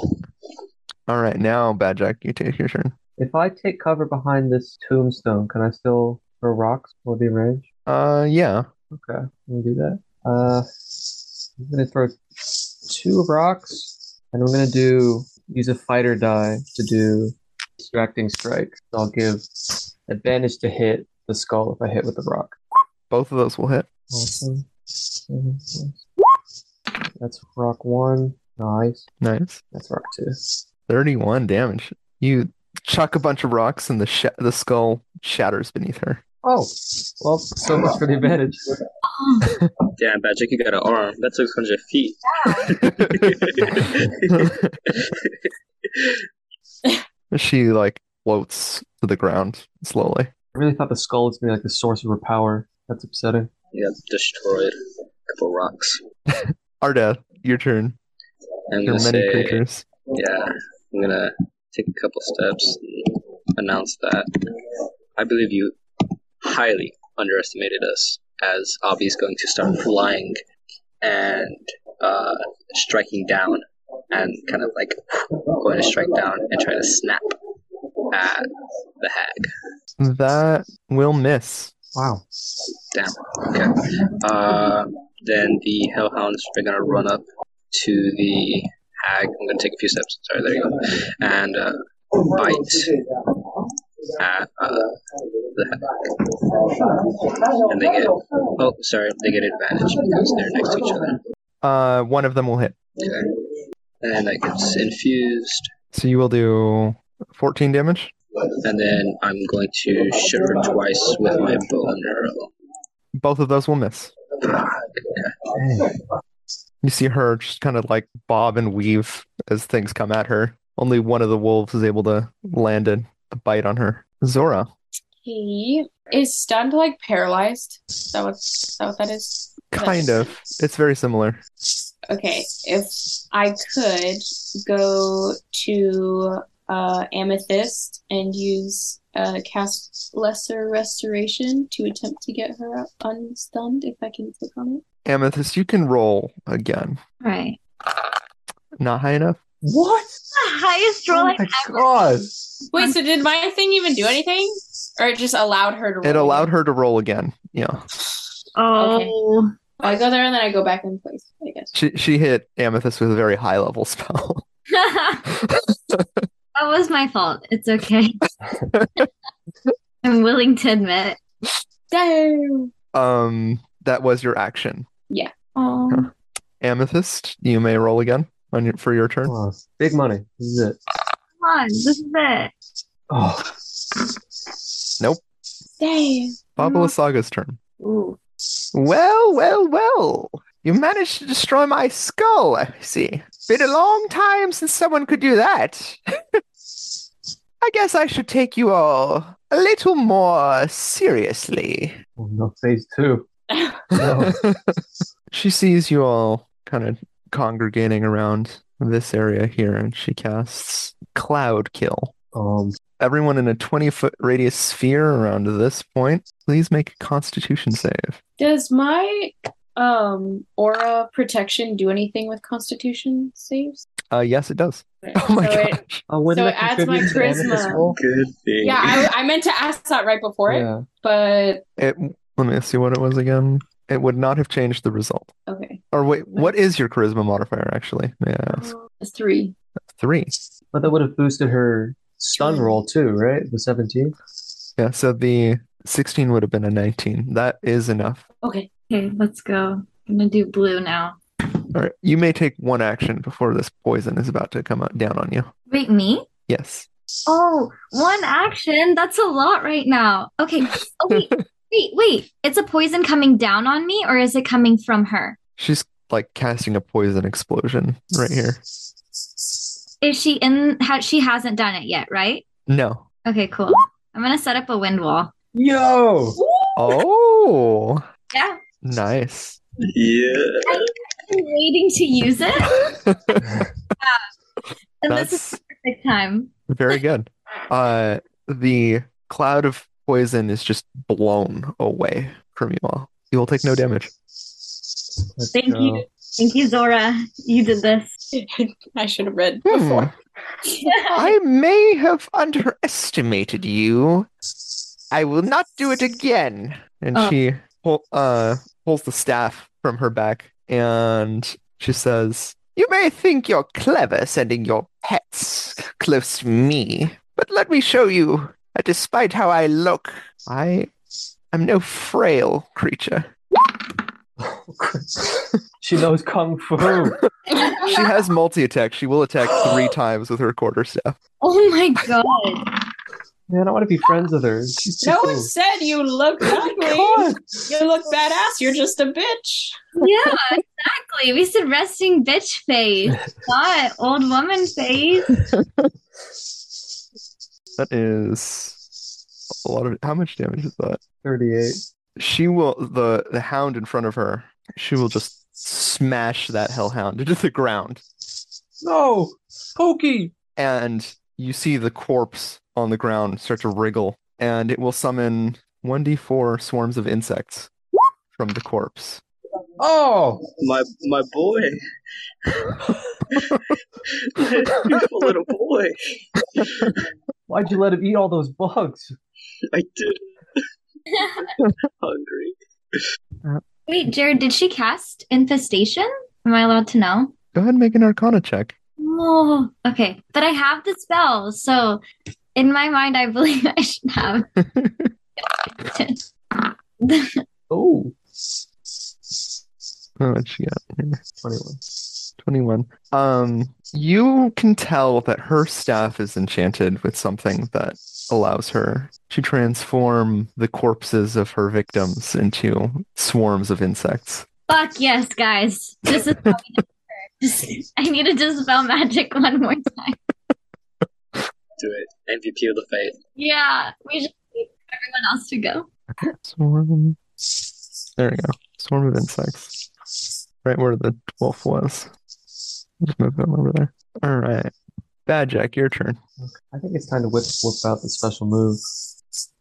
Speaker 1: All right, now Bad Jack, you take your turn.
Speaker 2: If I take cover behind this tombstone, can I still throw rocks? Will it be range?
Speaker 1: Uh, yeah.
Speaker 2: Okay, I'm gonna do that. Uh, I'm gonna throw two rocks, and I'm gonna do use a fighter die to do distracting strike. I'll give advantage to hit the skull if I hit with the rock.
Speaker 1: Both of those will hit.
Speaker 2: Awesome. That's rock one. Nice.
Speaker 1: Nice.
Speaker 2: That's rock two.
Speaker 1: 31 damage. You chuck a bunch of rocks, and the sh- the skull shatters beneath her.
Speaker 2: Oh, well, so much for the advantage.
Speaker 4: oh,
Speaker 5: Damn, Patrick, you got an arm. That's 600
Speaker 1: (laughs)
Speaker 5: feet. (laughs)
Speaker 1: She like floats to the ground slowly.
Speaker 2: I really thought the skull was gonna be like the source of her power. That's upsetting.
Speaker 5: you got destroyed. couple rocks.
Speaker 1: Arda, your turn.
Speaker 5: I'm
Speaker 1: Your
Speaker 5: gonna
Speaker 1: many
Speaker 5: say,
Speaker 1: creatures.
Speaker 5: yeah, I'm gonna take a couple steps and announce that I believe you highly underestimated us, as Avi's going to start flying and uh, striking down and kind of like going to strike down and try to snap at the hag.
Speaker 1: That will miss.
Speaker 2: Wow.
Speaker 5: Damn. Okay. Uh, then the hellhounds are gonna run up to the hag. I'm gonna take a few steps. Sorry, there you go. And uh, bite at uh, the hag. And they get. Oh, sorry. They get advantage because they're next to each other.
Speaker 1: Uh, one of them will hit.
Speaker 5: Okay. And that gets infused.
Speaker 1: So you will do 14 damage.
Speaker 5: And then I'm going to shoot her twice with my bow and arrow.
Speaker 1: Both of those will miss. You see her just kind of like bob and weave as things come at her. Only one of the wolves is able to land a, a bite on her. Zora,
Speaker 3: he is stunned, like paralyzed. Is that what, is that, what that is?
Speaker 1: kind of. It's very similar.
Speaker 3: Okay, if I could go to uh, Amethyst and use uh, cast Lesser Restoration to attempt to get her up unstunned if I can click on it.
Speaker 1: Amethyst, you can roll again.
Speaker 4: All right.
Speaker 1: Not high enough.
Speaker 2: What?
Speaker 4: The highest roll
Speaker 2: Oh
Speaker 4: I
Speaker 2: my
Speaker 4: ever.
Speaker 2: god.
Speaker 3: Wait,
Speaker 1: Um,
Speaker 3: so did my thing even do anything? Or it just allowed her to roll?
Speaker 1: It allowed her to roll again. Yeah.
Speaker 4: (laughs) Oh,
Speaker 3: I go there and then I go back in place, I guess.
Speaker 1: She she hit Amethyst with a very high level (laughs) spell.
Speaker 4: that was my fault. It's (laughs) okay. I'm willing to admit.
Speaker 3: Damn!
Speaker 1: Um that was your action.
Speaker 4: Oh,
Speaker 1: Amethyst, you may roll again on your, for your turn.
Speaker 2: Oh, big money. This is it.
Speaker 4: come on, this is it.
Speaker 2: Oh.
Speaker 3: Damn!
Speaker 1: Babala Saga's turn.
Speaker 4: Ooh.
Speaker 1: Well, well, well. You managed to destroy my skull, I see. Been a long time since someone could do that. (laughs) I guess I should take you all a little more seriously.
Speaker 2: Oh, no, phase two. No.
Speaker 1: (laughs) she sees you all kind of congregating around this area here, and she casts Cloud Kill.
Speaker 2: um,
Speaker 1: Everyone in a 20 foot radius sphere around this point, please make a constitution save.
Speaker 3: Does my um aura protection do anything with constitution saves?
Speaker 1: Uh, yes, it does. (laughs) Oh my
Speaker 3: so it-
Speaker 1: gosh.
Speaker 2: oh, wouldn't
Speaker 3: So
Speaker 2: that
Speaker 3: it adds my
Speaker 2: contribute to Amethyst
Speaker 3: charisma.
Speaker 2: roll?
Speaker 5: Good thing. (laughs)
Speaker 3: yeah, I, I meant to ask that right before it,
Speaker 2: Yeah.
Speaker 3: but
Speaker 1: It, let me see what it was again. It would not have changed the result.
Speaker 3: okay.
Speaker 1: Or wait, what is your charisma modifier actually? May I
Speaker 4: Uh,
Speaker 1: ask?
Speaker 3: It's Three.
Speaker 1: Three.
Speaker 2: But that would have boosted her stun roll too, right? The 17?
Speaker 1: Yeah, so the 16 would have been a 19. That is enough.
Speaker 3: Okay. (laughs)
Speaker 4: Okay, let's go. I'm gonna do blue now.
Speaker 1: All right. You may take one action before this poison is about to come out, down on you.
Speaker 4: Wait, me?
Speaker 1: Yes.
Speaker 4: Oh, one action. That's a lot right now. Okay. Oh (laughs) wait, wait, wait. It's a poison coming down on me, or is it coming from her?
Speaker 1: She's like casting a poison explosion right here.
Speaker 4: Is she in? Ha- she hasn't done it yet, right?
Speaker 1: No.
Speaker 4: Okay, cool. I'm gonna set up a wind wall.
Speaker 2: Yo!
Speaker 1: Oh,
Speaker 4: Yeah,
Speaker 1: nice. (laughs)
Speaker 5: Yeah.
Speaker 4: I'm waiting to use it, and this
Speaker 1: That's
Speaker 4: is the perfect time.
Speaker 1: very good. Uh, the cloud of poison is just blown away from you all. You will take no damage.
Speaker 2: Let's
Speaker 4: Thank
Speaker 2: Oh.
Speaker 4: you. Thank you, Zora. You did (laughs) this.
Speaker 3: I should have read
Speaker 1: Hmm.
Speaker 3: before.
Speaker 1: (laughs) I may have underestimated you. I will not do it again. And
Speaker 4: Oh.
Speaker 1: she pull, uh, pulls the staff from her back and she says, You may think you're clever sending your pets close to me, but let me show you that despite how I look, I am no frail creature.
Speaker 2: she knows kung (laughs) fu.
Speaker 1: She
Speaker 4: Oh
Speaker 1: has multi attack. She will attack three times with her quarterstaff.
Speaker 4: oh my god.
Speaker 2: Man, I want to be friends with her. She's too
Speaker 3: (laughs) No
Speaker 2: cool.
Speaker 3: one said
Speaker 1: (laughs)
Speaker 3: you looked ugly.
Speaker 2: God.
Speaker 3: you look badass. You're just a bitch.
Speaker 1: (laughs)
Speaker 3: (laughs)
Speaker 4: Yeah, exactly. We said resting bitch face, not old woman face.
Speaker 1: That is a lot of. How much damage is that?
Speaker 2: 38.
Speaker 1: she will the the hound in front of her she will just smash that hellhound into the ground
Speaker 2: No! Pokey!
Speaker 1: and you see the corpse on the ground start to wriggle and it will summon 1d4 swarms of insects from the corpse
Speaker 2: Oh!
Speaker 5: My my boy. Beautiful little boy.
Speaker 2: Why'd you let him eat all those bugs?
Speaker 5: I did. Hungry.
Speaker 4: Wait, Jared, did she cast infestation? Am I allowed to know?
Speaker 1: go ahead and make an arcana check
Speaker 4: No. Okay, but I have the spell, so in my mind, I believe (laughs) I should have.
Speaker 1: oh
Speaker 2: Oh!
Speaker 1: what she got here?
Speaker 2: 21.
Speaker 1: 21 um you can tell that her staff is enchanted with something that allows her to transform the corpses of her victims into swarms of insects
Speaker 4: Fuck yes, guys. This is how we do it. I need to dispel magic (laughs) one more time.
Speaker 5: Do it. MVP of the fight.
Speaker 4: Yeah, we just need everyone else to go.
Speaker 1: Swarm. There we go. Swarm of insects. Right where the wolf was. Just move them over there. All right. Bad Jack, your turn.
Speaker 2: I think it's time to whip whip out the special move.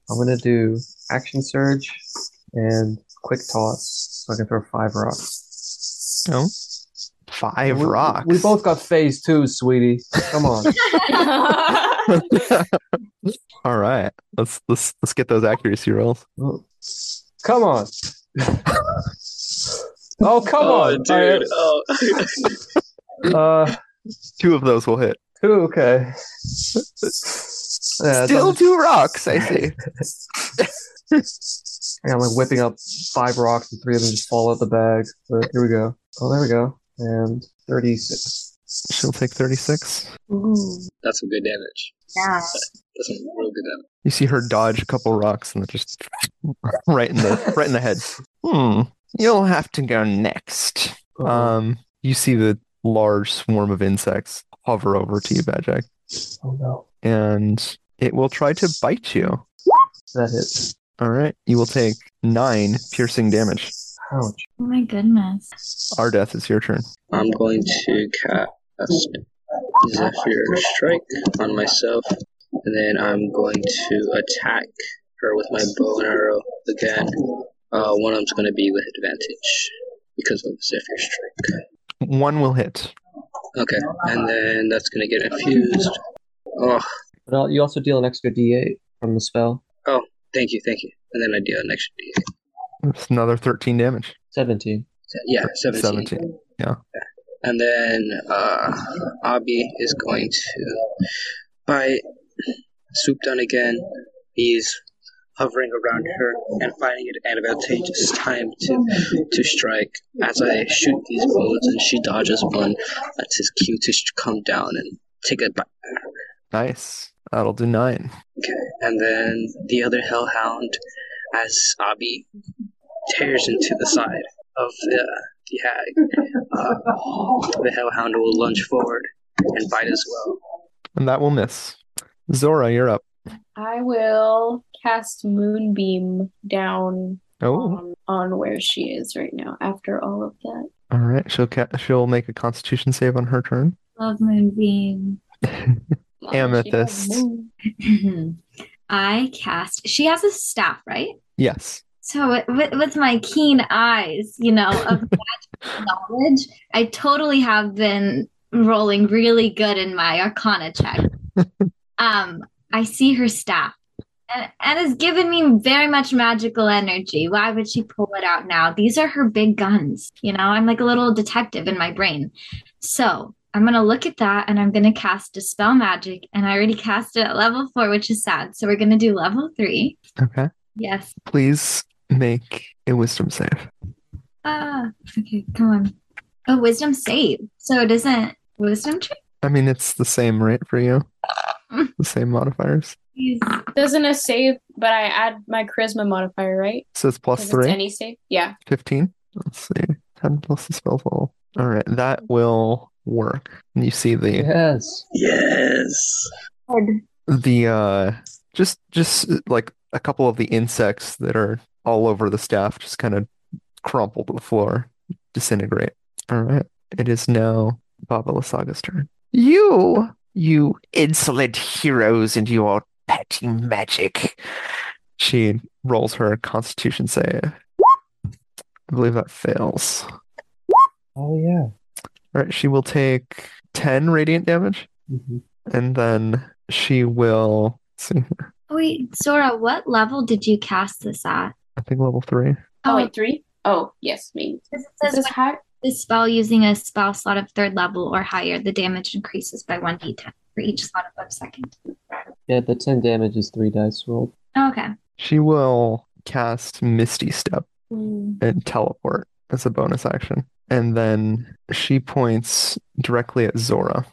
Speaker 2: I'm gonna do action surge and quick toss, so I can throw five rocks.
Speaker 1: No. Oh. Five
Speaker 2: We- we-
Speaker 1: rocks.
Speaker 2: We, both got phase two, sweetie. Come
Speaker 1: (laughs)
Speaker 2: on.
Speaker 1: All right. Let's let's let's get those accuracy rolls.
Speaker 2: come on. oh come
Speaker 5: oh,
Speaker 2: on,
Speaker 5: dude.
Speaker 2: All right.
Speaker 5: Oh.
Speaker 2: Uh,
Speaker 1: Two of those will hit.
Speaker 2: two. Okay. Yeah,
Speaker 1: Still
Speaker 2: I'm,
Speaker 1: two rocks, I see.
Speaker 2: yeah, I'm like whipping up five rocks and three of them just fall out the bag. But here we go. Oh, there we go. And 36.
Speaker 1: (laughs) She'll take 36.
Speaker 5: That's some good damage.
Speaker 4: Yeah.
Speaker 5: That's some real good damage.
Speaker 1: You see her dodge a couple rocks and then just (laughs) right in the right in the head. Hmm. You'll have to go next. Um. You see the large swarm of insects hover over to you, Bad Jack,
Speaker 2: oh no.
Speaker 1: and it will try to bite you.
Speaker 2: That hits.
Speaker 1: All right. You will take nine piercing damage.
Speaker 2: Ouch.
Speaker 4: Oh my goodness.
Speaker 1: Our death is your turn.
Speaker 5: I'm going to cast Zephyr Strike on myself, and then I'm going to attack her with my bow and arrow again. Uh, one of them's going to be with advantage because of Zephyr Strike.
Speaker 1: One will hit.
Speaker 5: Okay, and then that's going to get infused. Oh,
Speaker 2: But al- you also deal an extra d8 from the spell.
Speaker 5: thank you, thank you. And then I deal an extra d8.
Speaker 1: That's another 13 damage.
Speaker 2: 17.
Speaker 5: Yeah, 17.
Speaker 1: 17. Yeah.
Speaker 5: And then uh, Abby is going to bite, swoop down again. He's hovering around her and finding it an advantageous time to, to strike. As I shoot these bullets and she dodges one, that's his cue to sh- come down and take a bite.
Speaker 1: Nice. That'll do nine.
Speaker 5: And then the other hellhound, as Abby tears into the side of the, the hag, uh, the hellhound will lunge forward and bite as well.
Speaker 1: And that will miss. Zora, you're up.
Speaker 3: I will cast Moonbeam down
Speaker 1: Oh.
Speaker 3: on, on where she is right now after all of that.
Speaker 1: All right. She'll ca- she'll make a constitution save on her turn.
Speaker 4: Love Moonbeam.
Speaker 3: Not that she has
Speaker 1: Amethyst.
Speaker 3: moon.
Speaker 4: (clears throat) I cast. She has a staff, right?
Speaker 1: Yes.
Speaker 4: So wi- with, with my keen eyes, you know, of magic knowledge, I totally have been rolling really good in my Arcana check. um, I see her staff, and, and it's given me very much magical energy. Why would she pull it out now? These are her big guns, you know. I'm like a little detective in my brain, so. I'm gonna look at that and I'm gonna cast Dispel Magic, and I already cast it at level four, which is sad. So we're gonna do level three.
Speaker 1: Okay.
Speaker 4: Yes,
Speaker 1: Please make a wisdom save.
Speaker 4: Ah, okay, come on. Oh, wisdom save. So it isn't wisdom check.
Speaker 1: I mean, it's the same, right, for you? The same modifiers.
Speaker 4: Please.
Speaker 3: Doesn't a save, but I add my charisma modifier, right?
Speaker 1: So it's plus
Speaker 3: 'Cause
Speaker 1: three.
Speaker 3: It's any save? Yeah.
Speaker 1: 15. Let's see. 10 plus the spell level. All right. That will work. You see the.
Speaker 2: Yes.
Speaker 5: Yes.
Speaker 4: Oh,
Speaker 1: the uh just just uh, like a couple of the insects that are all over the staff just kind of crumple to the floor, disintegrate. All right. It is now Baba Lasaga's turn. You, you insolent heroes and your petty magic. She rolls her constitution save. I believe that fails.
Speaker 2: Oh, yeah.
Speaker 1: All right, she will take 10 radiant damage
Speaker 2: Mhm.
Speaker 1: and then she will let's see
Speaker 4: Wait, Zora, what level did you cast this at?
Speaker 1: I think level three.
Speaker 3: Oh,
Speaker 4: Oh,
Speaker 3: wait, three? Oh, yes, maybe.
Speaker 4: because it
Speaker 3: Is
Speaker 4: says
Speaker 3: this
Speaker 4: when
Speaker 3: high?
Speaker 4: the spell using a spell slot of third level or higher, the damage increases by one d10 for each slot above second. Oh,
Speaker 2: Yeah, the 10 damage is three dice rolled.
Speaker 4: Okay.
Speaker 1: She will cast Misty Step and teleport as a bonus action. And then she points directly at Zora.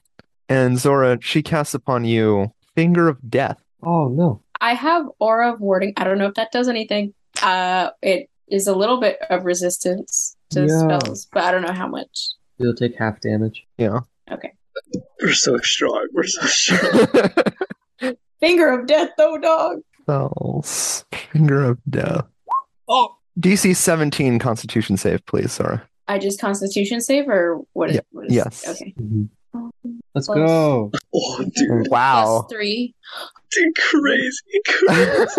Speaker 1: And Zora, she casts upon you Finger of Death. (laughs)
Speaker 2: Oh, no.
Speaker 3: I have Aura of Warding. I don't know if that does anything. Uh, it is a little bit of resistance to
Speaker 2: Yeah.
Speaker 3: spells, but I don't know how much.
Speaker 2: You'll take half damage.
Speaker 1: Yeah.
Speaker 5: We're so strong. We're so strong.
Speaker 3: Finger of death, though, dog.
Speaker 1: Spells. Finger of Death.
Speaker 3: Oh.
Speaker 1: DC 17 Constitution save, please, Zora.
Speaker 3: I just Constitution save or what is?
Speaker 1: Yeah,
Speaker 3: what is
Speaker 1: yes.
Speaker 3: Okay.
Speaker 2: Mhm. Let's
Speaker 3: Close.
Speaker 2: go.
Speaker 5: Oh, dude,
Speaker 1: Wow.
Speaker 3: Plus three.
Speaker 5: dude, crazy, crazy.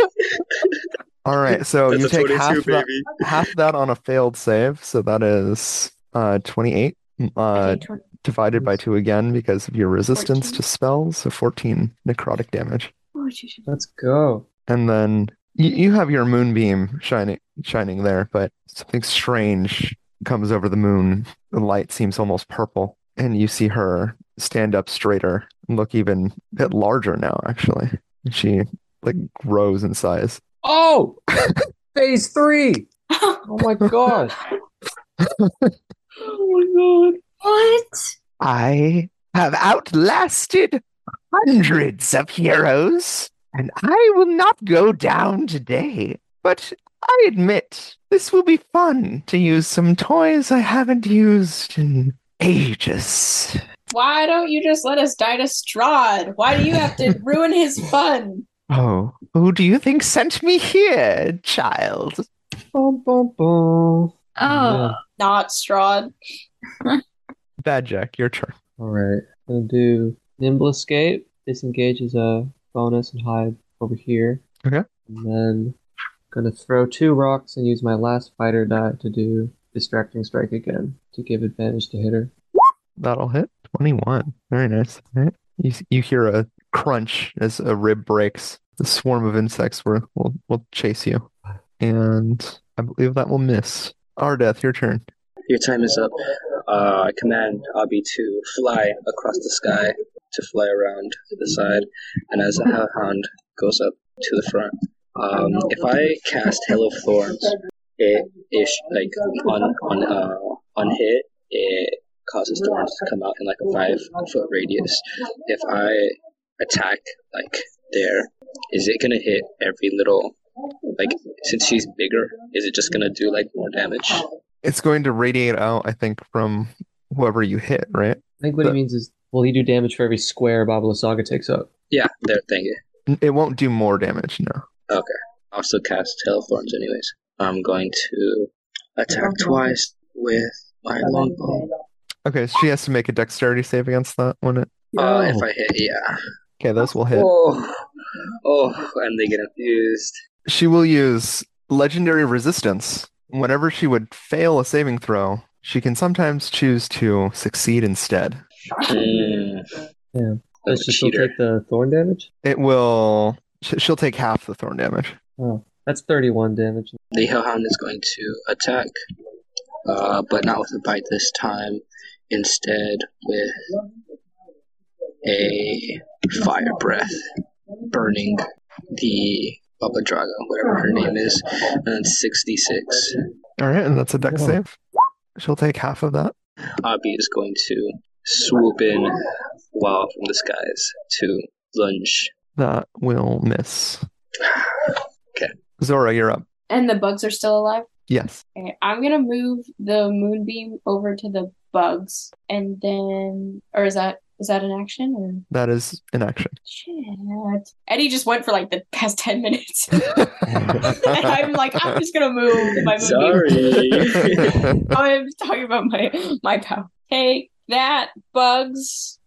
Speaker 1: (laughs) All right, so
Speaker 5: That's
Speaker 1: Oh, you
Speaker 5: a
Speaker 1: take
Speaker 5: 22,
Speaker 1: half that,
Speaker 5: baby.
Speaker 1: half that on a failed save, so that is uh 28 uh
Speaker 3: Okay, tw-
Speaker 1: divided by 2 again because of your resistance
Speaker 3: 14.
Speaker 1: to spells, so 14 necrotic damage.
Speaker 3: oh, shit, shit.
Speaker 2: Let's go.
Speaker 1: And then you, you have your moonbeam shining shining there, but something strange comes over the moon. The light seems almost purple, and you see her stand up straighter and look even a bit larger now, actually. And She like grows in size.
Speaker 2: Oh, (laughs) phase three. Oh (laughs) my god.
Speaker 3: oh my god.
Speaker 4: What?
Speaker 1: I have outlasted hundreds of heroes, and I will not go down today. But I admit, this will be fun to use some toys I haven't used in ages.
Speaker 3: (laughs) Why don't you just let us die to Strahd? Why do you have
Speaker 1: (laughs)
Speaker 3: to ruin his fun?
Speaker 1: Oh, who do you think sent me here, child?
Speaker 2: Boom, boom, boom.
Speaker 4: Oh,
Speaker 3: Not Strahd.
Speaker 1: Bad Jack, your turn.
Speaker 2: All right. I'm gonna do nimble escape. Disengage is a bonus and hide over here.
Speaker 1: Okay.
Speaker 2: And then gonna throw two rocks and use my last fighter die to do distracting strike again to give advantage to hitter.
Speaker 1: That'll hit. 21. Very nice. All right. You, you hear a crunch as a rib breaks. The swarm of insects will, will, will chase you. And I believe that will miss. Ardeth, your turn.
Speaker 5: Your time is up. Uh, I command Abi to fly across the sky, to fly around to the side, and as the hellhound goes up to the front, um, if I cast Hail of Thorns, it is like on on uh, on hit, it causes thorns to come out in like a five foot radius. If I attack like there, is it gonna hit every little? Like, since she's bigger, is it just gonna do like more damage?
Speaker 1: It's going to radiate out, I think, from whoever you hit, right?
Speaker 2: I think what
Speaker 1: But-
Speaker 2: he means is will he do damage for every square Babala Saga takes up?
Speaker 5: Yeah, there, thank you.
Speaker 1: N- It won't do more damage, no.
Speaker 5: I also cast Tail of Thorns anyways. I'm going to attack twice with my longbow.
Speaker 1: Okay, so she has to make a dexterity save against that one.
Speaker 2: Oh,
Speaker 5: Uh, if I hit, yeah.
Speaker 1: Okay, those will hit.
Speaker 5: Oh, oh, and they get abused.
Speaker 1: She will use legendary resistance. Whenever she would fail a saving throw, she can sometimes choose to succeed instead.
Speaker 5: Mm.
Speaker 2: Yeah.
Speaker 5: I'm a
Speaker 2: Does she still
Speaker 5: cheater.
Speaker 2: take the thorn damage?
Speaker 1: It will. sh- She'll take half the thorn damage.
Speaker 2: That's 31 damage.
Speaker 5: The Hellhound is going to attack, uh, but not with a bite this time. Instead, with a fire breath, burning the Baba Draga, whatever her name is, and 66.
Speaker 1: All right, and that's a dex
Speaker 2: Whoa.
Speaker 1: save. She'll take half of that.
Speaker 5: Abby is going to swoop in while from the skies to lunge.
Speaker 1: That will miss.
Speaker 5: Okay.
Speaker 1: Zora, you're up.
Speaker 3: And the bugs are still alive?
Speaker 1: Yes.
Speaker 3: Okay, I'm gonna move the moonbeam over to the bugs, and then, or is that is that an action? Or
Speaker 1: That is an action. (laughs)
Speaker 3: shit, Eddie just went for like the past (laughs) ten minutes. and I'm like, I'm just gonna
Speaker 1: Oh,
Speaker 3: move
Speaker 5: (laughs)
Speaker 3: my moonbeam.
Speaker 5: Sorry.
Speaker 1: (laughs)
Speaker 3: (laughs) I'm talking about my my pal. Take that, bugs.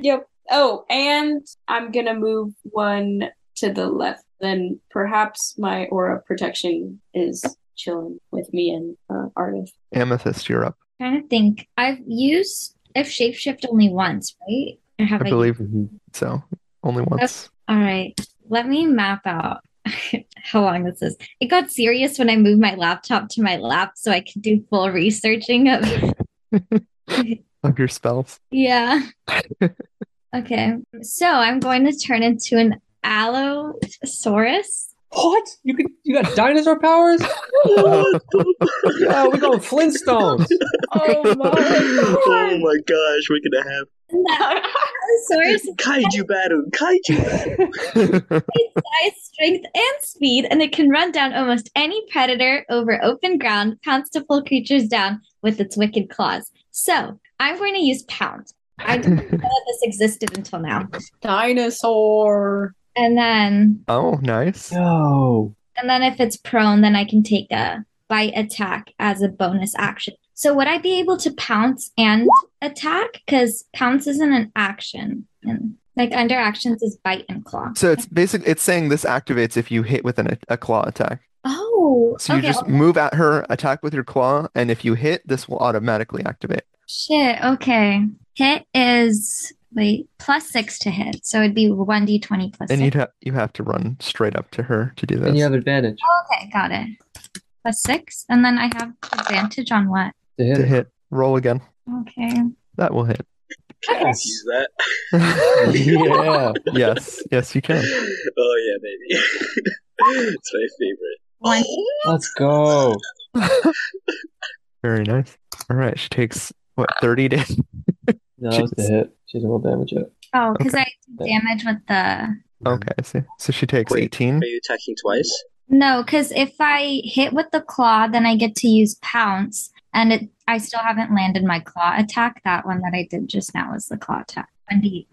Speaker 3: yep. Oh, and I'm gonna move one to the left. Then perhaps my aura of protection is chilling with me and uh, Artif.
Speaker 1: Amethyst, you're up.
Speaker 4: trying to think. I've used I've shapeshift only once, right? Or have
Speaker 1: I
Speaker 4: I
Speaker 1: believe
Speaker 2: Mhm.
Speaker 1: so. Only once.
Speaker 4: All right, let me map out (laughs) how long this is. It got serious when I moved my laptop to my lap so I could do full researching of.
Speaker 1: Of your
Speaker 3: (laughs)
Speaker 1: spells.
Speaker 4: Yeah. okay, so I'm going to turn into an Allosaurus.
Speaker 2: What? You can you got dinosaur powers? yeah, we going (laughs) Flintstones.
Speaker 3: Oh
Speaker 5: oh my gosh, we're gonna have
Speaker 4: Isn't that- Allosaurus is
Speaker 5: kaiju battle, kaiju battle.
Speaker 4: size, strength, and speed, and it can run down almost any predator over open ground, pounce to pull creatures down with its wicked claws. So I'm going to use pound. I didn't know that this existed until now.
Speaker 3: Dinosaur.
Speaker 4: And then,
Speaker 1: (laughs) oh, nice.
Speaker 2: No.
Speaker 4: and then if it's prone, then I can take a bite attack as a bonus action. So would I be able to pounce and attack? Because pounce isn't an action, and like under actions is bite and claw.
Speaker 1: So it's basic. It's saying this activates if you hit with an, a, a claw attack.
Speaker 4: oh,
Speaker 1: So you
Speaker 4: okay.
Speaker 1: just move at her, attack with your claw, and if you hit, this will automatically activate.
Speaker 4: Shit. Okay. Hit is wait plus six to hit, so it'd be one d twenty plus.
Speaker 1: And
Speaker 4: six.
Speaker 1: you'd ha- you have to run straight up to her to do
Speaker 2: And
Speaker 1: this.
Speaker 2: you have advantage
Speaker 4: Okay, got it. Plus six, and then I have advantage on what?
Speaker 2: to hit.
Speaker 1: to
Speaker 2: it.
Speaker 1: hit, roll again.
Speaker 4: Okay.
Speaker 1: That will
Speaker 2: (laughs)
Speaker 1: hit.
Speaker 4: Yes.
Speaker 5: Use that.
Speaker 2: yeah.
Speaker 1: yes, yes, you
Speaker 2: (laughs)
Speaker 1: can.
Speaker 5: Oh yeah, (laughs) baby. it's my favorite.
Speaker 4: One.
Speaker 2: Let's go.
Speaker 1: Very nice. All right, she takes what thirty
Speaker 2: (laughs)
Speaker 1: days.
Speaker 2: No, that was the
Speaker 1: Jeez.
Speaker 2: hit. She didn't roll damage yet.
Speaker 4: Oh, because I did damage with the
Speaker 1: Okay, I see. So she takes
Speaker 5: Wait.
Speaker 1: eighteen.
Speaker 5: Are you attacking twice?
Speaker 4: no, because if I hit with the claw, then I get to use pounce, and it I still haven't landed my claw attack. That one that I did just now was the claw attack. One d.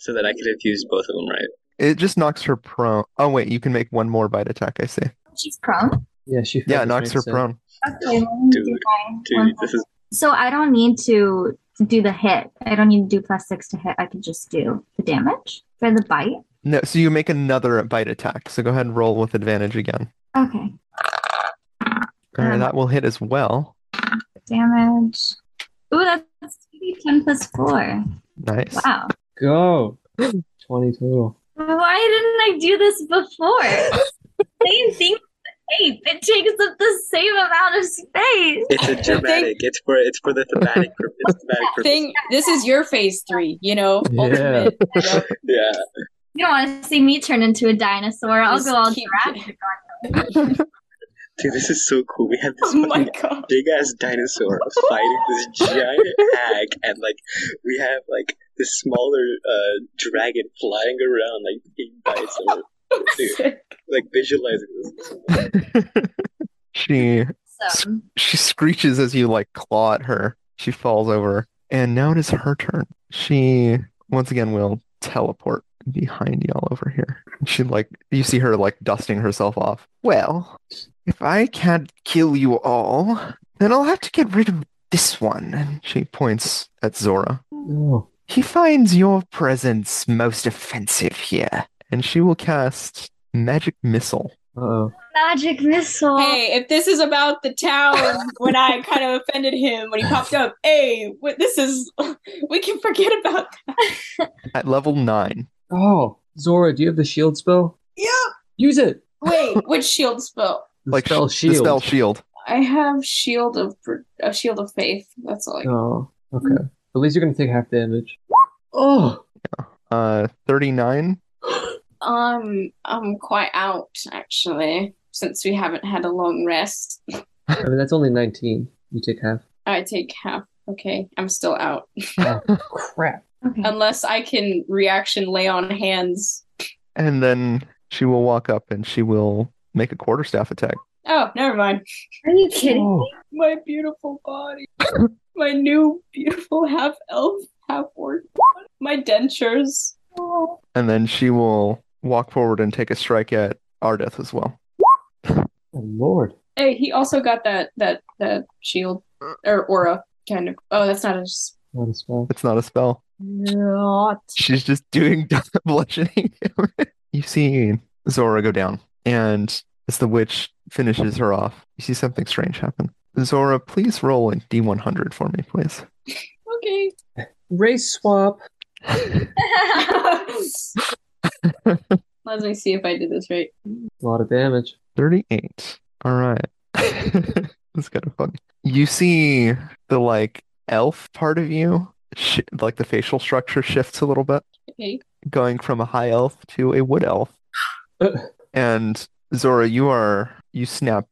Speaker 5: So that I could have used both of them, right?
Speaker 1: It just knocks her prone. Oh wait, you can make one more bite attack. I see.
Speaker 4: She's prone.
Speaker 2: Yeah, she.
Speaker 1: Yeah, it
Speaker 2: fucking
Speaker 1: knocks her
Speaker 2: makes it.
Speaker 1: prone.
Speaker 4: Okay. Let me do
Speaker 5: Dude,
Speaker 4: my one
Speaker 5: Dude, this is
Speaker 4: So I don't need to do the hit. I don't need to do plus six to hit. I can just do the damage for the bite.
Speaker 1: No, so you make another bite attack. So go ahead and roll with advantage again.
Speaker 4: Okay.
Speaker 1: All right,
Speaker 4: Um,
Speaker 1: that will hit as well.
Speaker 4: Damage. Ooh, that's 10 plus four.
Speaker 1: Nice.
Speaker 4: Wow.
Speaker 2: Go. Twenty total.
Speaker 4: Why didn't I do this before? same thing with ape. It takes up the same amount of space.
Speaker 5: it's a dramatic. it's for it's for the thematic pur-
Speaker 1: (laughs)
Speaker 5: it's thematic purpose.
Speaker 3: Thing, this is your phase three, you know?
Speaker 2: Yeah.
Speaker 3: Ultimate. you know?
Speaker 5: Yeah.
Speaker 4: You don't want to see me turn into a dinosaur. I'll
Speaker 3: Just
Speaker 4: go all
Speaker 3: keep-
Speaker 4: Jurassic.
Speaker 5: Dude, this is so cool. We have
Speaker 3: (laughs)
Speaker 5: this
Speaker 3: Oh my
Speaker 5: fucking
Speaker 3: god.
Speaker 5: big ass
Speaker 3: (laughs)
Speaker 5: dinosaur fighting this giant hag, and like we have like this smaller uh, dragon flying around like being dinosaur. Dude. Like visualizing this.
Speaker 1: She
Speaker 4: So,
Speaker 1: she screeches as you like claw at her. She falls over, and now it is her turn. She once again will teleport behind y'all over here. She like you see her like dusting herself off. Well, if I can't kill you all, then I'll have to get rid of this one. And she points at Zora.
Speaker 2: No.
Speaker 1: He finds your presence most offensive here, and she will cast magic missile.
Speaker 2: Uh oh.
Speaker 4: magic missile.
Speaker 3: Hey, if this is about the town when I kind of offended him when he popped up, hey, wh- this is (laughs) we can forget about that.
Speaker 1: At level nine,
Speaker 2: Oh, Zora, do you have the shield spell?
Speaker 3: Yeah.
Speaker 2: Use it.
Speaker 3: Wait, which shield spell?
Speaker 2: The
Speaker 1: like
Speaker 2: spell
Speaker 1: sh-
Speaker 2: shield.
Speaker 1: the spell shield.
Speaker 3: I have shield of a shield of faith. That's all. I
Speaker 2: Oh, okay. At least you're gonna take half damage. Oh,
Speaker 1: Uh, thirty-nine.
Speaker 3: Um, I'm quite out actually, since we haven't had a long rest.
Speaker 2: I mean that's only 19. You take half.
Speaker 3: I take half. Okay, I'm still out.
Speaker 2: Crap.
Speaker 4: Okay.
Speaker 3: Unless I can reaction lay on hands.
Speaker 1: And then she will walk up and she will make a quarterstaff attack.
Speaker 3: Oh, never mind.
Speaker 4: Are you kidding?
Speaker 2: Oh,
Speaker 3: My beautiful body. My new beautiful half elf, half orc. My dentures.
Speaker 1: And then she will walk forward and take a strike at Ardeth as well.
Speaker 2: oh lord.
Speaker 3: Hey, he also got that that that shield or aura kind of. Oh, that's not a s-
Speaker 2: Not a spell.
Speaker 1: It's not a spell.
Speaker 3: not.
Speaker 1: She's just doing (laughs) bludgeoning. (laughs) you see Zora go down, and as the witch finishes her off, you see something strange happen. Zora, please roll a D100 for me, please.
Speaker 3: Okay. (laughs)
Speaker 2: Race swap.
Speaker 3: Let me see if I did this right.
Speaker 2: A lot of damage.
Speaker 1: 38. All right. (laughs) That's kind of funny. You see the like elf part of you, sh- like the facial structure shifts a little bit,
Speaker 3: Okay.
Speaker 1: going from a high elf to a wood elf.
Speaker 2: Uh.
Speaker 1: And Zora, you are, you snap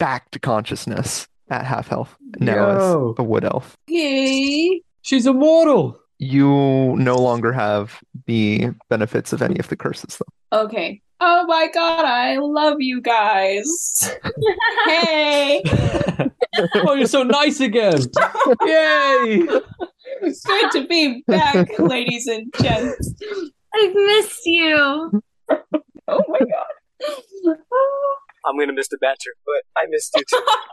Speaker 1: back to consciousness at half health now as
Speaker 2: Yo.
Speaker 1: a wood elf.
Speaker 3: Okay.
Speaker 2: She's immortal.
Speaker 1: You no longer have the benefits of any of the curses,
Speaker 2: (laughs)
Speaker 1: though.
Speaker 3: Okay. Oh my god, I love you guys. hey.
Speaker 2: oh, you're so nice again. Yay.
Speaker 3: It's good to be back, ladies and gents.
Speaker 4: I've missed (laughs) you.
Speaker 3: Oh my god.
Speaker 6: I'm gonna miss the banter, but I missed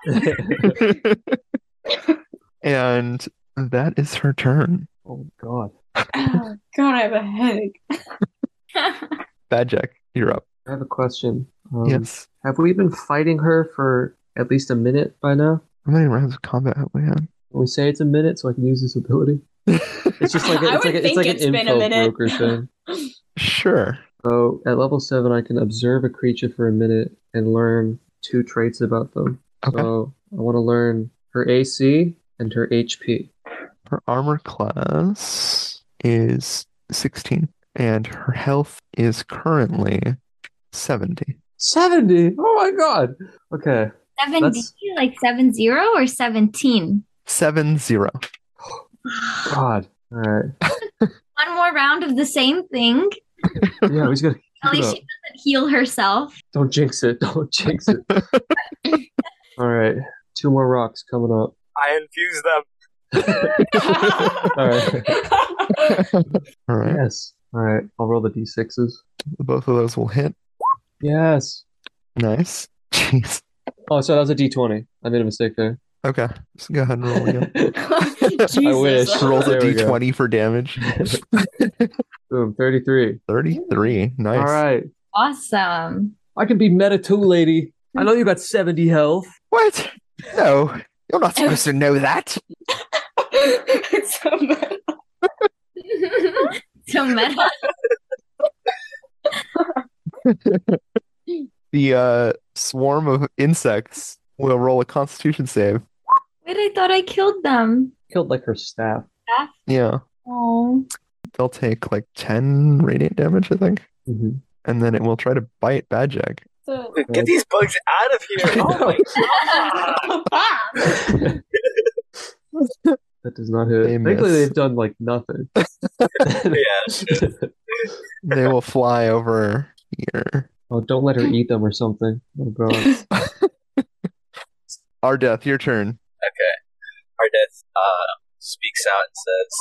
Speaker 6: you too.
Speaker 1: And that is her turn.
Speaker 2: (laughs) Oh god.
Speaker 3: (laughs) Oh, God, I have a headache.
Speaker 1: Bad Jack, you're up.
Speaker 2: I have a question. Um,
Speaker 1: Yes.
Speaker 2: Have we been fighting her for at least a minute by now?
Speaker 1: How many rounds of combat have we had?
Speaker 2: Can we say it's a minute so I can use this ability? It's just like
Speaker 3: (laughs)
Speaker 2: a,
Speaker 3: I
Speaker 2: it's
Speaker 3: would
Speaker 2: like a,
Speaker 3: think
Speaker 2: it's like
Speaker 3: it's
Speaker 2: an
Speaker 3: been a
Speaker 2: info
Speaker 3: minute.
Speaker 2: broker thing.
Speaker 1: Sure.
Speaker 2: So at level seven, I can observe a creature for a minute and learn two traits about them.
Speaker 1: Okay.
Speaker 2: So I want to learn her AC and her HP.
Speaker 1: Her armor class is 16, and her health is currently 70.
Speaker 2: Seventy. Oh my god. Okay.
Speaker 4: Seven D,
Speaker 2: That's-
Speaker 4: like seven zero or seventeen. (sighs)
Speaker 1: 7 0.
Speaker 2: God. All right.
Speaker 4: One more round of the same thing.
Speaker 2: Yeah, we just gotta
Speaker 4: At
Speaker 2: keep it
Speaker 4: least
Speaker 2: up.
Speaker 4: she doesn't heal herself.
Speaker 2: Don't jinx it. (laughs) Don't jinx
Speaker 1: (laughs)
Speaker 2: it. All right. Two more rocks coming up.
Speaker 6: I infuse them.
Speaker 2: All
Speaker 3: (laughs)
Speaker 2: right.
Speaker 1: All right.
Speaker 2: Yes. All right. I'll roll the d6s.
Speaker 1: Both of those will hit.
Speaker 2: Yes.
Speaker 1: Nice. (laughs) Jeez.
Speaker 2: Oh, so that was a d20. I made a mistake there.
Speaker 1: Okay. Just go ahead and roll
Speaker 2: (laughs)
Speaker 1: again.
Speaker 3: Jesus.
Speaker 2: wish.
Speaker 1: Rolls a
Speaker 2: There we go.
Speaker 1: d20 for
Speaker 2: (laughs)
Speaker 1: damage.
Speaker 2: Boom. 33.
Speaker 1: 33. Nice.
Speaker 2: All right.
Speaker 4: (laughs) Awesome.
Speaker 2: I can be meta too, lady. I know you got 70 health.
Speaker 1: What? No. You're not supposed to know that.
Speaker 3: it's so bad.
Speaker 4: so meta.
Speaker 1: The uh, swarm of insects will roll a constitution save.
Speaker 4: Wait, I thought I killed them.
Speaker 2: Killed like her staff.
Speaker 1: Yeah.
Speaker 4: Oh.
Speaker 1: They'll take like 10 radiant damage, I think.
Speaker 2: Mm-hmm. (laughs)
Speaker 1: And then it will try to bite Bad Jack.
Speaker 3: So-
Speaker 6: Get these bugs out of here. Oh
Speaker 5: (laughs)
Speaker 6: my god.
Speaker 2: (laughs) That does not hit.
Speaker 1: They
Speaker 2: Thankfully,
Speaker 1: miss.
Speaker 2: they've done like
Speaker 1: (laughs)
Speaker 2: nothing. (laughs)
Speaker 1: They will fly over here.
Speaker 2: oh, don't let her eat them or something. Oh, God.
Speaker 1: Ardeth, your turn.
Speaker 6: Okay. Ardeth uh, speaks out and says,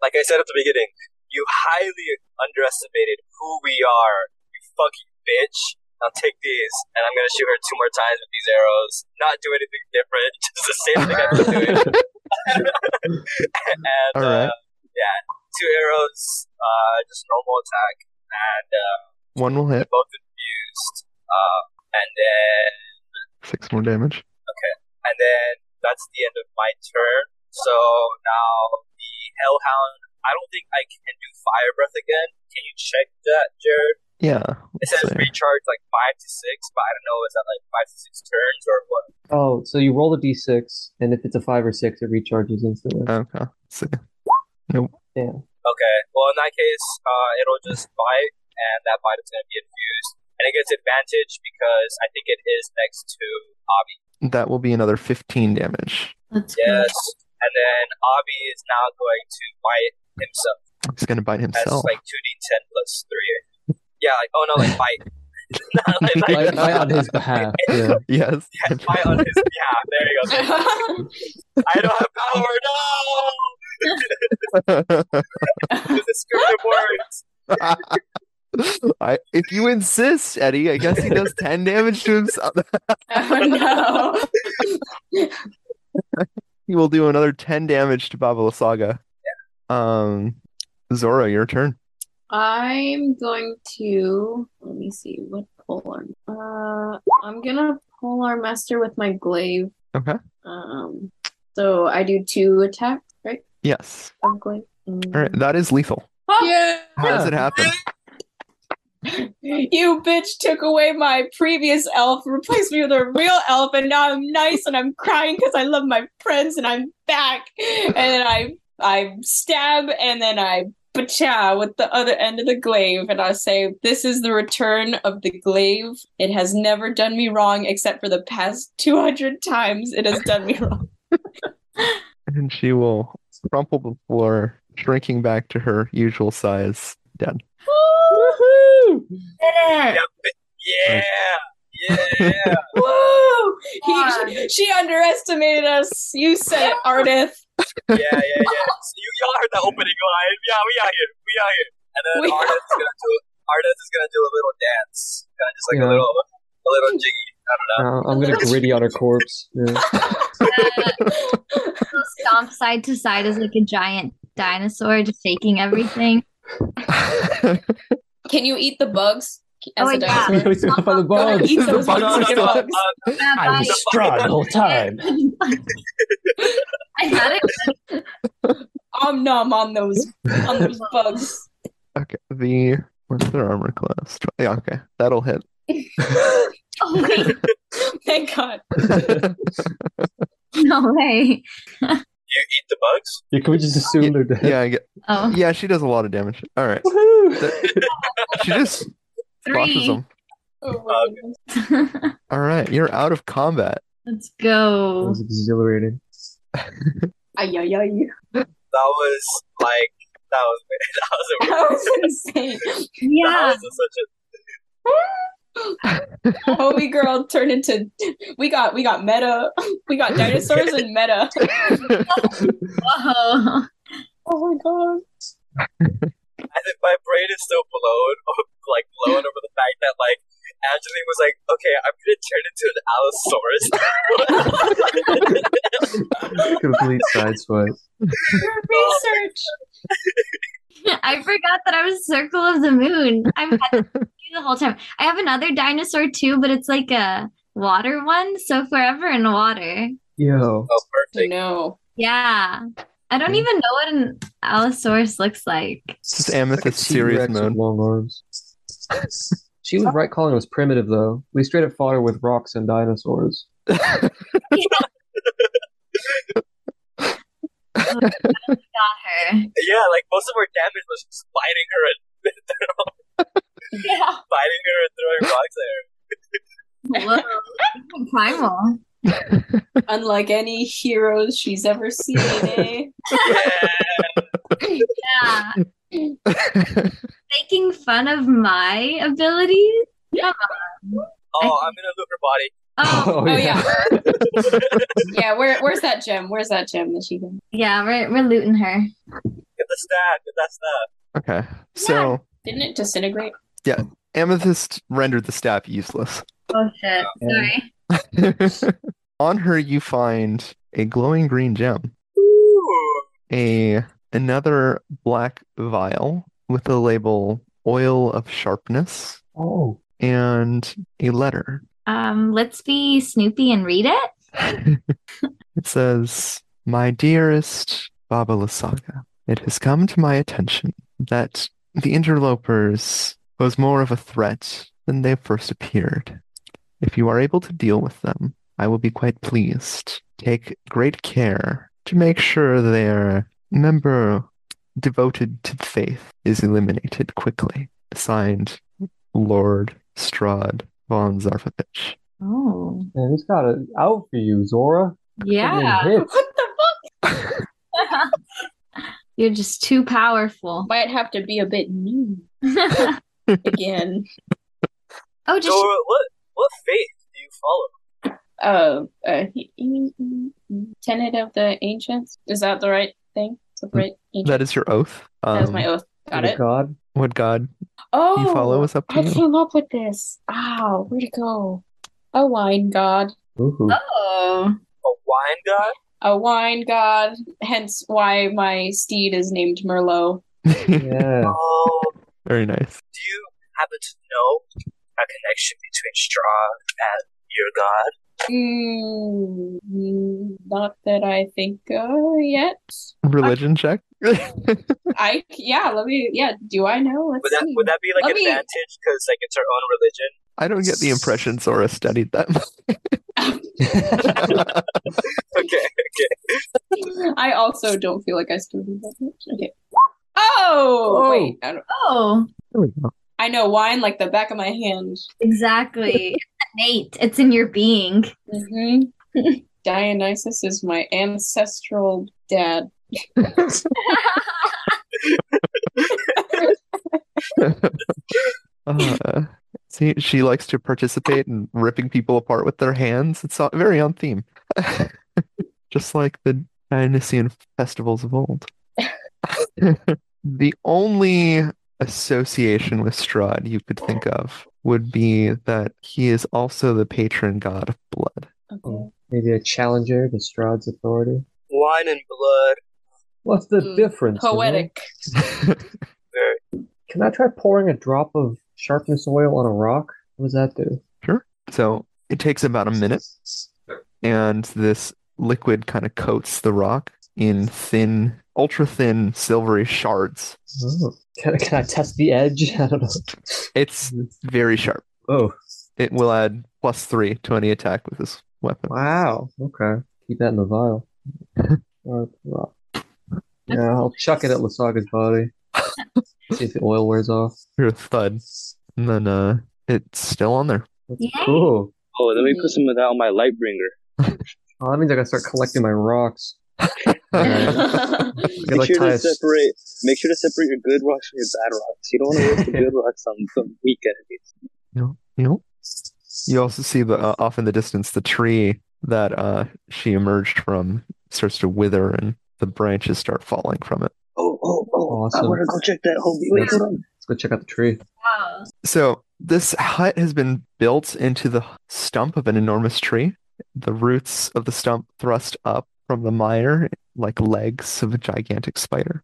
Speaker 6: Like I said at the beginning, you highly underestimated who we are, you fucking bitch. Now take these, and I'm gonna shoot her two more times with these arrows. Not do anything different, (laughs) just the same thing I've been
Speaker 1: (laughs)
Speaker 6: doing. and
Speaker 1: All right.
Speaker 6: uh, yeah, two arrows, uh, just normal attack, and uh,
Speaker 1: One will hit.
Speaker 6: both infused. Uh, and then
Speaker 1: Six more damage.
Speaker 6: and then that's the end of my turn. So now the Hellhound. I don't think I can do Fire Breath again. Can you check that, Jared?
Speaker 1: Yeah.
Speaker 6: It says
Speaker 1: let's see.
Speaker 6: recharge like five to six, but I don't know is that like five to six turns or what?
Speaker 2: oh, so you roll a d6, and if it's a 5 or 6, it recharges instantly.
Speaker 1: Okay. Let's see.
Speaker 6: Okay. Well, in that case, uh, it'll just bite, and that bite is going to be infused, and it gets advantage because I think it is next to Obby.
Speaker 1: That will be another 15 damage.
Speaker 4: That's
Speaker 6: Yes. And then Obby is now going to bite himself.
Speaker 1: He's going to bite
Speaker 6: That's
Speaker 1: himself.
Speaker 6: like two D ten plus three. Yeah, like oh no,
Speaker 2: (laughs)
Speaker 6: like bite. Not like,
Speaker 2: I,
Speaker 6: (laughs) like,
Speaker 1: (laughs)
Speaker 2: I on his behalf. Yeah.
Speaker 1: (laughs) yes. (laughs)
Speaker 6: bite on his behalf. There you
Speaker 3: (laughs)
Speaker 6: go. I don't have power. No, this script words.
Speaker 1: I, if you insist, Eddie, I guess he does 10 damage to himself. (laughs)
Speaker 3: oh
Speaker 1: He will do another 10 damage to Babala Saga. Um, Zora, your turn.
Speaker 3: no. I'm going to let me see what polar. Uh, I'm gonna polar master with my glaive.
Speaker 1: Okay.
Speaker 3: Um, so I do two attacks, right?
Speaker 1: Yes.
Speaker 3: Of glaive. Mm.
Speaker 1: All right. That is lethal.
Speaker 3: Yeah.
Speaker 1: How does it happen?
Speaker 3: You bitch took away my previous elf, replaced me with a real elf, and now I'm nice and I'm crying because I love my friends and I'm back. And then I I stab and then I pacha with the other end of the glaive and I say, This is the return of the glaive. It has never done me wrong except for the past two hundred times it has done me wrong.
Speaker 1: And she will crumple the floor, shrinking back to her usual
Speaker 4: (laughs)
Speaker 1: size. Dead.
Speaker 2: Woohoo!
Speaker 4: it.
Speaker 6: Yeah, yeah.
Speaker 3: Woo!
Speaker 4: Wow.
Speaker 3: He, she underestimated us. You said it, Ardith.
Speaker 6: Yeah, yeah, yeah. So you y'all heard that opening line. Yeah, we out here. We out here. And then
Speaker 3: We
Speaker 6: Ardeth is gonna do Ardeth is gonna do a little dance. Kinda just like
Speaker 2: Yeah.
Speaker 6: a little a little jiggy.
Speaker 2: Uh, I'm gonna gritty on her corpse.
Speaker 1: (laughs)
Speaker 2: Yeah.
Speaker 4: She'll stomp side to side as like a giant dinosaur, just shaking everything.
Speaker 3: Can you eat the bugs as
Speaker 4: Oh,
Speaker 3: a
Speaker 4: yeah.
Speaker 3: dinosaur?
Speaker 2: You're eaten up by the bugs.
Speaker 3: Eat those
Speaker 1: The bugs
Speaker 6: No, no,
Speaker 3: fucking
Speaker 6: no, uh,
Speaker 3: bugs.
Speaker 4: Bye-bye.
Speaker 7: strong the whole time.
Speaker 4: (laughs) I thought it (laughs)
Speaker 3: Om nom on those on those bugs. (laughs)
Speaker 1: Okay, the what's their armor class? Tw- Yeah, okay, that'll hit.
Speaker 4: Oh wait,
Speaker 3: Thank God.
Speaker 4: no way.
Speaker 6: You eat the bugs?
Speaker 2: Yeah, can we just assume they're dead?
Speaker 1: yeah, I get,
Speaker 4: Oh,
Speaker 1: yeah, she does a lot of damage. All right,
Speaker 2: Woohoo!
Speaker 1: she just squashes
Speaker 4: (laughs) three.
Speaker 1: them.
Speaker 3: Oh, my goodness.
Speaker 1: All right, you're out of combat.
Speaker 4: (laughs) Let's
Speaker 2: (laughs) That
Speaker 4: go.
Speaker 2: was exhilarating.
Speaker 3: Ay, ay, ay. (laughs)
Speaker 6: That was like that was (laughs) that was amazing.
Speaker 3: That was insane.
Speaker 4: Yeah.
Speaker 6: (laughs)
Speaker 3: Oh.
Speaker 6: That was such a
Speaker 3: Holy girl turned into we got we got meta. (laughs) We got dinosaurs and meta.
Speaker 4: Whoa. (laughs)
Speaker 3: Oh my god.
Speaker 6: I think my brain is still blown, (laughs) like blown over the fact that like Angeline was like, okay, I'm gonna turn into an Allosaurus. (laughs)
Speaker 2: Complete sideswipe.
Speaker 3: Research.
Speaker 4: I forgot that I was Circle of the Moon. I've
Speaker 2: (laughs)
Speaker 4: had that the whole time. I have another dinosaur too, but it's like a water one, so forever in water.
Speaker 2: Yo.
Speaker 6: oh,
Speaker 3: I
Speaker 6: perfect.
Speaker 3: know.
Speaker 4: Yeah. I don't even know what an allosaurus loots like.
Speaker 1: This is Amethyst
Speaker 2: T-Rex
Speaker 1: serious
Speaker 2: with
Speaker 1: mode.
Speaker 2: Long arms. (laughs) She was right calling us primitive though. We straight up fought her with rocks and dinosaurs.
Speaker 4: Got her.
Speaker 6: Yeah, like most of our damage was just biting her and
Speaker 3: Yeah.
Speaker 6: biting her and throwing
Speaker 3: (laughs)
Speaker 6: rocks at her.
Speaker 4: Whoa. (laughs) Primal.
Speaker 3: Unlike any heroes she's ever seen, (laughs) eh?
Speaker 4: (laughs) Yeah. Making fun of my abilities.
Speaker 6: Oh, I'm gonna loot her body.
Speaker 2: (laughs)
Speaker 4: Oh,
Speaker 3: Oh yeah. yeah, where where's that gem? Where's that gem that she can
Speaker 4: yeah, we're, we're looting her.
Speaker 6: Get the stat. Get that stat.
Speaker 1: Okay, so
Speaker 3: didn't it disintegrate?
Speaker 1: Amethyst rendered the staff useless. (laughs)
Speaker 4: Oh, shit.
Speaker 2: Yeah.
Speaker 4: Sorry.
Speaker 1: On her, you find a glowing green gem,
Speaker 6: Ooh.
Speaker 1: a another black vial with the label "Oil of Sharpness"
Speaker 2: Oh.
Speaker 1: and a letter.
Speaker 4: Um, let's be Snoopy and read it.
Speaker 1: (laughs) It says, My dearest Babalasaga, it has come to my attention that the interlopers pose more of a threat than they first appeared. If you are able to deal with them, I will be quite pleased. Take great care to make sure their member devoted to the faith is eliminated quickly. Signed, Lord Strad von Zarfovich.
Speaker 4: Oh,
Speaker 2: Man, he's got it out for you, Zora.
Speaker 4: yeah.
Speaker 2: Fucking hits.
Speaker 3: What the fuck?
Speaker 4: You're just too powerful. (laughs)
Speaker 3: Might have to be a bit new
Speaker 4: oh,
Speaker 3: again.
Speaker 4: just
Speaker 6: So what what faith do you follow?
Speaker 3: Uh, uh tenet of the ancients. Is that the right thing? Is that the right ancient?
Speaker 1: Mm, That is your oath.
Speaker 3: That was
Speaker 1: Um,
Speaker 3: my oath. Got
Speaker 2: Oh,
Speaker 3: it.
Speaker 2: God.
Speaker 1: What God
Speaker 3: Oh,
Speaker 1: you follow is up to
Speaker 3: I
Speaker 1: you.
Speaker 3: came up with this. Ow, where'd it go? A wine god.
Speaker 2: Woohoo.
Speaker 4: oh,
Speaker 6: A wine god?
Speaker 3: A wine god. Hence why my steed is named Merlot.
Speaker 2: Yeah.
Speaker 6: Oh,
Speaker 1: (laughs) Very nice.
Speaker 6: do you happen to know a connection between Straw and your god?
Speaker 3: Mm, mm, not that I think of yet.
Speaker 1: Religion check. (laughs)
Speaker 3: I yeah. Let me yeah. Do I know? Let's
Speaker 6: Would that
Speaker 3: see.
Speaker 6: would that be like
Speaker 3: Let me-
Speaker 6: advantage because like it's our own religion?
Speaker 1: I don't get the impression Zora studied that much.
Speaker 6: Okay.
Speaker 3: (laughs) I also don't feel like I studied that much. Okay. Oh,
Speaker 2: Oh.
Speaker 3: wait. I, don't,
Speaker 4: oh,
Speaker 1: there we go.
Speaker 3: I know wine like the back of my hand.
Speaker 4: exactly. Nate, it's in your being.
Speaker 3: hmm (laughs) Dionysus is my ancestral dad.
Speaker 1: (laughs) Uh, see, she likes to participate in ripping people apart with their hands. It's all- very on theme, (laughs) just like the Dionysian festivals of old. (laughs) the only association with Strahd you could think of would be that he is also the patron god of blood. (laughs) Oh,
Speaker 3: Okay.
Speaker 2: Maybe a challenger to Strahd's authority.
Speaker 6: Wine and blood.
Speaker 2: What's the
Speaker 3: Mm,
Speaker 2: difference? you
Speaker 1: (laughs)
Speaker 2: know?
Speaker 3: Poetic. (laughs)
Speaker 6: Very.
Speaker 2: Can I try pouring a drop of sharpness oil on a rock? What does that do?
Speaker 1: So it takes about a minute, and this liquid kind of coats the rock in thin, ultra thin, silvery shards.
Speaker 2: Oh. Can, can I test the edge? (laughs) I don't know.
Speaker 1: It's very sharp.
Speaker 2: Oh,
Speaker 1: It will add plus three to any attack with this weapon.
Speaker 2: wow. Okay. Keep that in the vial. Sharp rock. Yeah, I'll chuck it at Lasaga's body. See if the oil wears off.
Speaker 1: Hear a thud, and then uh, it's still on there. (laughs)
Speaker 2: That's
Speaker 4: Yay.
Speaker 2: cool.
Speaker 7: Oh, let me
Speaker 6: Mm.
Speaker 7: put some of that on my light bringer.
Speaker 2: Oh, that means I gotta start collecting my rocks. I
Speaker 7: Make
Speaker 2: could, like,
Speaker 7: sure
Speaker 2: tie a
Speaker 7: to
Speaker 2: s-
Speaker 7: separate. Make sure to separate your good rocks from your bad rocks. You don't want to waste the good rocks on some weak enemies.
Speaker 1: You know? You also see the uh, off in the distance the tree that uh, she emerged from starts to wither, and the branches start falling from it.
Speaker 7: Oh, oh, oh! I
Speaker 2: Awesome.
Speaker 7: want to go check that homie. Wait,
Speaker 2: That's-
Speaker 7: hold on.
Speaker 2: Let's go check out the tree.
Speaker 4: Wow.
Speaker 1: So this hut has been built into the stump of an enormous tree. The roots of the stump thrust up from the mire like legs of a gigantic spider.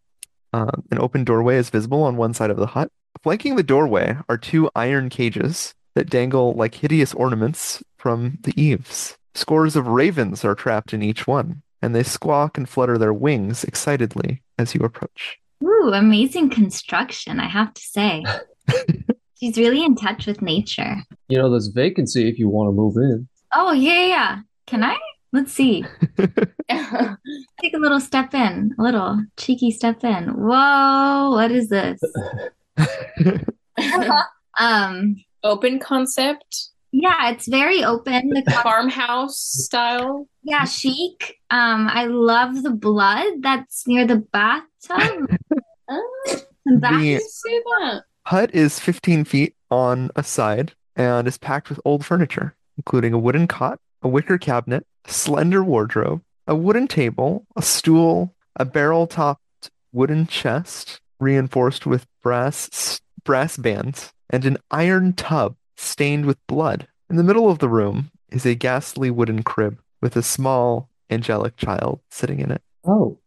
Speaker 1: Um, an open doorway is visible on one side of the hut. Flanking the doorway are two iron cages that dangle like hideous ornaments from the eaves. Scores of ravens are trapped in each one, and they squawk and flutter their wings excitedly as you approach.
Speaker 4: Ooh, amazing construction, I have to
Speaker 1: (laughs)
Speaker 4: say. She's really in touch with nature.
Speaker 2: You know, there's vacancy if you want to move in.
Speaker 4: Oh, yeah, yeah, yeah. Can I? Let's see. Take a little step in, a little cheeky step in. Whoa, what
Speaker 1: (laughs)
Speaker 4: is this? um,
Speaker 3: Open concept,
Speaker 4: yeah, it's very open. The co-
Speaker 3: farmhouse style.
Speaker 4: yeah, chic. Um, I love the blood that's near the
Speaker 1: (laughs)
Speaker 4: bathtub.
Speaker 3: Oh,
Speaker 4: That
Speaker 1: The-
Speaker 3: you say that.
Speaker 1: hut is 15 feet on a side and is packed with old furniture, including a wooden cot, a wicker cabinet, a slender wardrobe, a wooden table, a stool, a barrel-topped wooden chest reinforced with brass brass bands, and an iron tub stained with blood. In the middle of the room is a ghastly wooden crib with a small angelic child sitting in it.
Speaker 2: Oh,
Speaker 1: All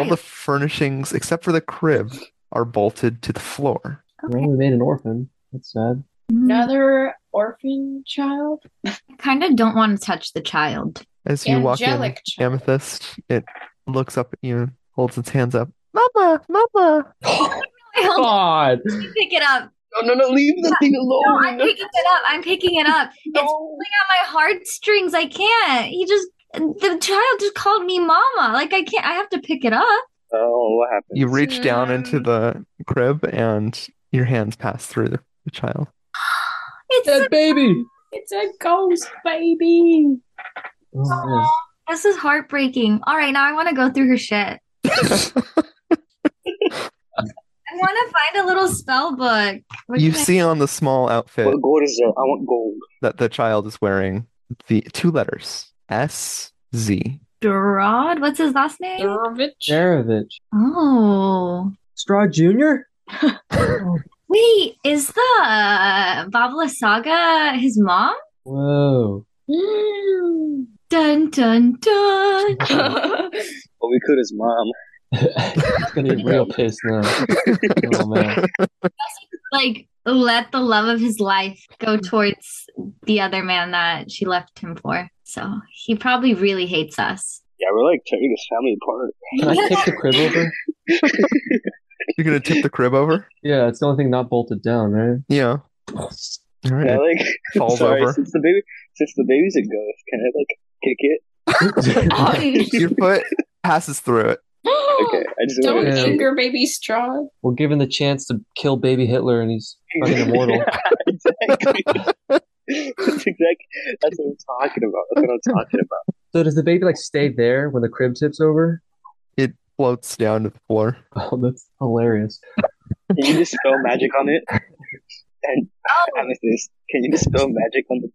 Speaker 4: child.
Speaker 1: the furnishings except for the crib are bolted to the floor.
Speaker 2: well, we made an orphan. That's
Speaker 4: (gasps)
Speaker 2: sad.
Speaker 4: Mm,
Speaker 3: Another orphan child.
Speaker 4: I kind of don't want to touch the child. (laughs)
Speaker 1: As you walk in,
Speaker 3: Angelic child.
Speaker 1: amethyst. It looks up at you, holds its hands up. Mama, mama.
Speaker 4: I hope
Speaker 2: God!
Speaker 4: you pick it up.
Speaker 7: No, no, no! Leave the thing
Speaker 1: Oh,
Speaker 7: alone.
Speaker 4: No, I'm picking it up. I'm picking it up. It's
Speaker 7: No.
Speaker 4: pulling out my heartstrings. I can't. He just the child just called me mama. Like I can't. I have to pick it up.
Speaker 7: Oh, what happened?
Speaker 1: You reach down into
Speaker 3: Mm.
Speaker 1: the crib and your hands pass through the, the child.
Speaker 4: It's
Speaker 2: That baby!
Speaker 3: It's a ghost baby.
Speaker 2: Oh, man.
Speaker 4: this is heartbreaking. All right, now I want to go through her shit. I want to find a little spell book. What
Speaker 1: You
Speaker 4: can I-
Speaker 1: see on the small outfit
Speaker 7: What gold is there? I want gold.
Speaker 1: that the child is wearing the two letters S Z. (laughs)
Speaker 4: Gerard. What's his last name?
Speaker 3: Durovich.
Speaker 2: Jarovich.
Speaker 4: Oh.
Speaker 2: Straw Jr.?
Speaker 4: Wait, is the uh, Babla Saga his mom?
Speaker 2: Whoa. (laughs)
Speaker 3: Mm.
Speaker 4: Dun dun dun.
Speaker 3: (laughs)
Speaker 7: Oh, we could his mom.
Speaker 2: It's gonna be real pissed now. Oh, man.
Speaker 4: like let the love of his life go towards the other man that she left him for. So he probably really hates us.
Speaker 7: Yeah, we're like tearing his family apart.
Speaker 2: Can I tip the crib over?
Speaker 1: You're gonna tip the crib over?
Speaker 2: Yeah, it's the only thing not bolted down, right?
Speaker 1: Yeah. All right.
Speaker 6: (laughs)
Speaker 7: Yeah, like
Speaker 1: falls
Speaker 7: sorry,
Speaker 1: over.
Speaker 7: since the baby, since the baby's a ghost, can I like kick it?
Speaker 1: Your foot passes through it.
Speaker 3: (laughs)
Speaker 7: Okay, I just
Speaker 3: Don't
Speaker 7: wanted to
Speaker 2: Yeah.
Speaker 7: see.
Speaker 3: anger baby straw.
Speaker 2: (laughs) We're given the chance to kill baby Hitler and he's fucking
Speaker 7: (laughs)
Speaker 2: immortal.
Speaker 7: exactly. (laughs) that's exactly. That's what I'm talking about. That's what I'm talking about.
Speaker 2: So does the baby like stay there when the crib tips over? (laughs)
Speaker 1: Floats down to the floor.
Speaker 2: Oh, that's hilarious.
Speaker 7: Can you just spell magic on it? And amethyst, can you just spell magic on the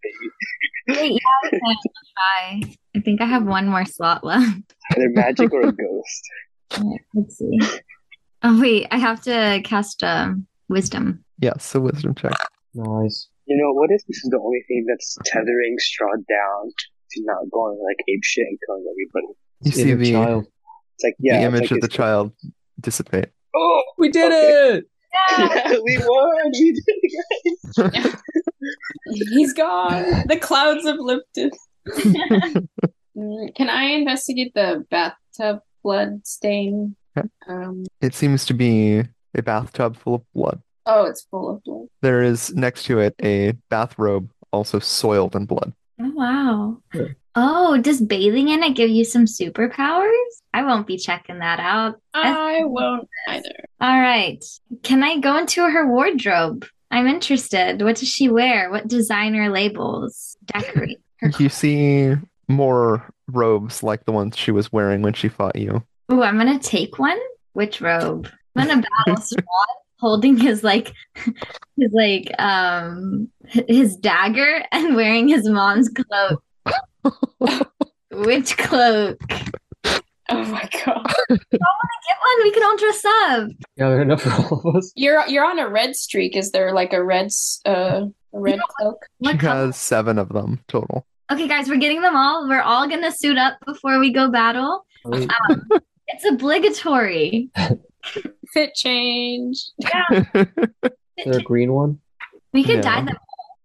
Speaker 7: baby?
Speaker 4: Wait, yeah, okay, I'll try. I think I have one more slot left. (laughs)
Speaker 7: Either magic or a ghost.
Speaker 4: Let's see. Oh wait, I have to cast um, wisdom.
Speaker 1: Yes, a wisdom check.
Speaker 2: Nice.
Speaker 7: You know, what if this is the only thing that's tethering Straw down to not going like ape shit and killing everybody?
Speaker 1: You see
Speaker 2: Inner
Speaker 1: the,
Speaker 2: child.
Speaker 7: It's like
Speaker 1: the
Speaker 7: yeah, it's
Speaker 1: image
Speaker 7: like
Speaker 1: of the
Speaker 7: it's-
Speaker 1: child dissipate.
Speaker 7: Oh,
Speaker 2: We did
Speaker 7: Okay.
Speaker 2: it.
Speaker 7: yeah, (laughs) we won. We did it.
Speaker 3: He's gone. The clouds have lifted. Mm, (laughs) Can I investigate the bathtub blood stain?
Speaker 1: Okay.
Speaker 3: Um,
Speaker 1: It seems to be a bathtub full of blood.
Speaker 3: oh, it's full of blood.
Speaker 1: There is next to it a bathrobe also soiled in blood.
Speaker 4: Oh, wow. Oh, does bathing in it give you some superpowers? I won't be checking that out.
Speaker 3: I won't either.
Speaker 4: All right. Can I go into her wardrobe? I'm interested. What does she wear? What designer labels
Speaker 1: (laughs)
Speaker 4: decorate her?
Speaker 1: You see more robes like the ones she was wearing when she fought you.
Speaker 4: Ooh, I'm gonna take one. Which robe? I'm gonna
Speaker 1: (laughs)
Speaker 4: battle Swan holding his like his like um h- his dagger and wearing his mom's cloak. Which cloak? Get
Speaker 3: Oh my god.
Speaker 4: one. We can all dress up.
Speaker 2: Yeah, there are enough (laughs) for all of us.
Speaker 3: You're you're on a red streak. Is there like a red s- uh a (laughs) red cloak?
Speaker 1: She
Speaker 4: What color?
Speaker 1: has seven of them total.
Speaker 4: Okay, guys, we're getting them all. We're all gonna suit up before we go battle.
Speaker 2: Wait,
Speaker 4: It's obligatory.
Speaker 3: Fit change.
Speaker 2: is there a green one?
Speaker 4: We could
Speaker 1: Yeah.
Speaker 4: dye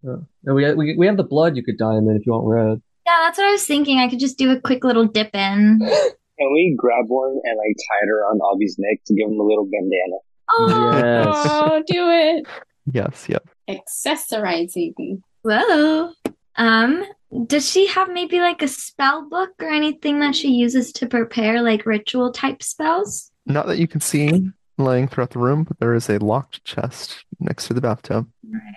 Speaker 4: them.
Speaker 2: No, we, we we have the blood. You could dye them in if you want red.
Speaker 4: Yeah, that's what I was thinking. I could just do a quick little dip in.
Speaker 7: Can we grab one and like tie it around Avi's neck to give him a little bandana?
Speaker 4: Oh,
Speaker 3: (laughs)
Speaker 2: Yes.
Speaker 3: Oh, do it.
Speaker 1: (laughs) yes, yep.
Speaker 3: Accessorizing.
Speaker 4: whoa. Um, does she have maybe like a spell book or anything that she uses to prepare like ritual type spells?
Speaker 1: Not that you can see lying throughout the room, but there is a locked chest next to the bathtub.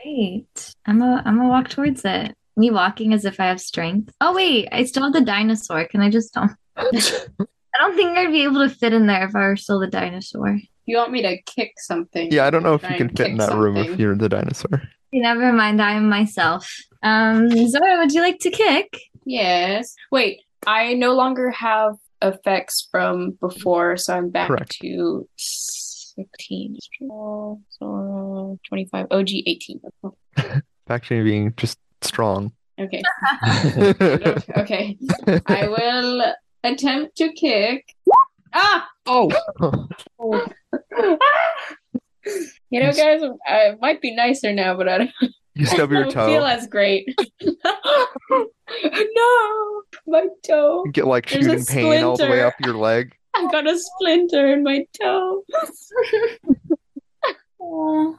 Speaker 4: Right. I'm a I'm gonna walk towards it. Me walking as if I have strength. Oh wait, I still have the dinosaur. Can I just don't? (laughs) I don't think I'd be able to fit in there if I were still the dinosaur.
Speaker 3: You want me to kick something?
Speaker 1: Yeah, I don't know if you
Speaker 3: Try
Speaker 1: can
Speaker 3: and
Speaker 1: fit in
Speaker 3: kick
Speaker 1: that room if
Speaker 3: something.
Speaker 1: you're the dinosaur.
Speaker 4: Never mind, I am myself. Um, Zora, would you like to kick?
Speaker 3: Yes. Wait, I no longer have effects from before, so I'm back
Speaker 1: Correct.
Speaker 3: to 16. Straw, Zora, 25. OG 18.
Speaker 1: Back to you being just strong. (laughs)
Speaker 3: Okay.
Speaker 2: I
Speaker 3: okay. I will attempt to kick. Ah!
Speaker 1: (laughs)
Speaker 7: Oh,
Speaker 3: You know, guys, I might be nicer now, but I don't,
Speaker 1: You stub
Speaker 3: (laughs) I
Speaker 1: your
Speaker 3: don't feel
Speaker 1: toe,
Speaker 3: as great. (laughs) no! My toe.
Speaker 1: get like
Speaker 3: There's a
Speaker 1: shooting pain all the way
Speaker 3: splinter.
Speaker 1: up your leg.
Speaker 3: (laughs) I got a splinter in my toe. (laughs)
Speaker 4: Oh,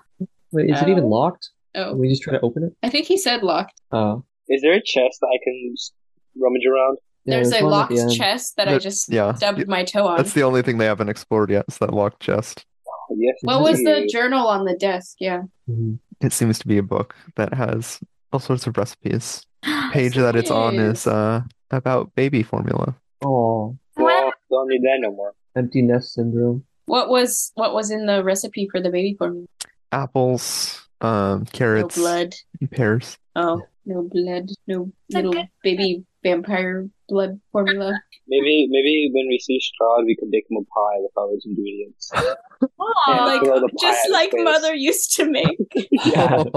Speaker 2: Wait, is it even
Speaker 3: Oh.
Speaker 2: locked? Can
Speaker 3: Oh,
Speaker 2: we just try to open it?
Speaker 3: I think he said locked.
Speaker 2: Oh,
Speaker 7: is there a chest that I can s- rummage around?
Speaker 2: yeah,
Speaker 3: There's
Speaker 2: one
Speaker 3: a
Speaker 2: at
Speaker 3: locked
Speaker 2: the end.
Speaker 3: chest that I
Speaker 1: There-
Speaker 3: just
Speaker 1: Yeah.
Speaker 3: stubbed my toe on.
Speaker 1: That's the only thing they haven't explored yet, is that locked chest.
Speaker 7: Oh, yes.
Speaker 3: What was the
Speaker 7: please.
Speaker 3: journal on the desk? Yeah.
Speaker 2: Mhm.
Speaker 1: It seems to be a book that has all sorts of recipes. Page that it's on
Speaker 3: Yes.
Speaker 1: is uh about baby formula.
Speaker 2: Oh,
Speaker 7: Well, don't need that no more.
Speaker 2: empty nest syndrome.
Speaker 3: What was what was in the recipe for the baby formula?
Speaker 1: Apples, um,
Speaker 3: No
Speaker 1: carrots,
Speaker 3: blood.
Speaker 1: pears.
Speaker 3: Oh, no blood. No
Speaker 4: It's a
Speaker 3: little
Speaker 4: good-
Speaker 3: baby vampire blood formula.
Speaker 7: Maybe, maybe when we see Strahd, we could bake him a pie with all
Speaker 1: (laughs)
Speaker 7: those (laughs) ingredients.
Speaker 4: Aw.
Speaker 3: like
Speaker 7: throw Uh, the pie
Speaker 3: just
Speaker 7: at
Speaker 3: like
Speaker 7: his face.
Speaker 3: mother used to
Speaker 7: (laughs)
Speaker 3: make.
Speaker 7: Yeah. and then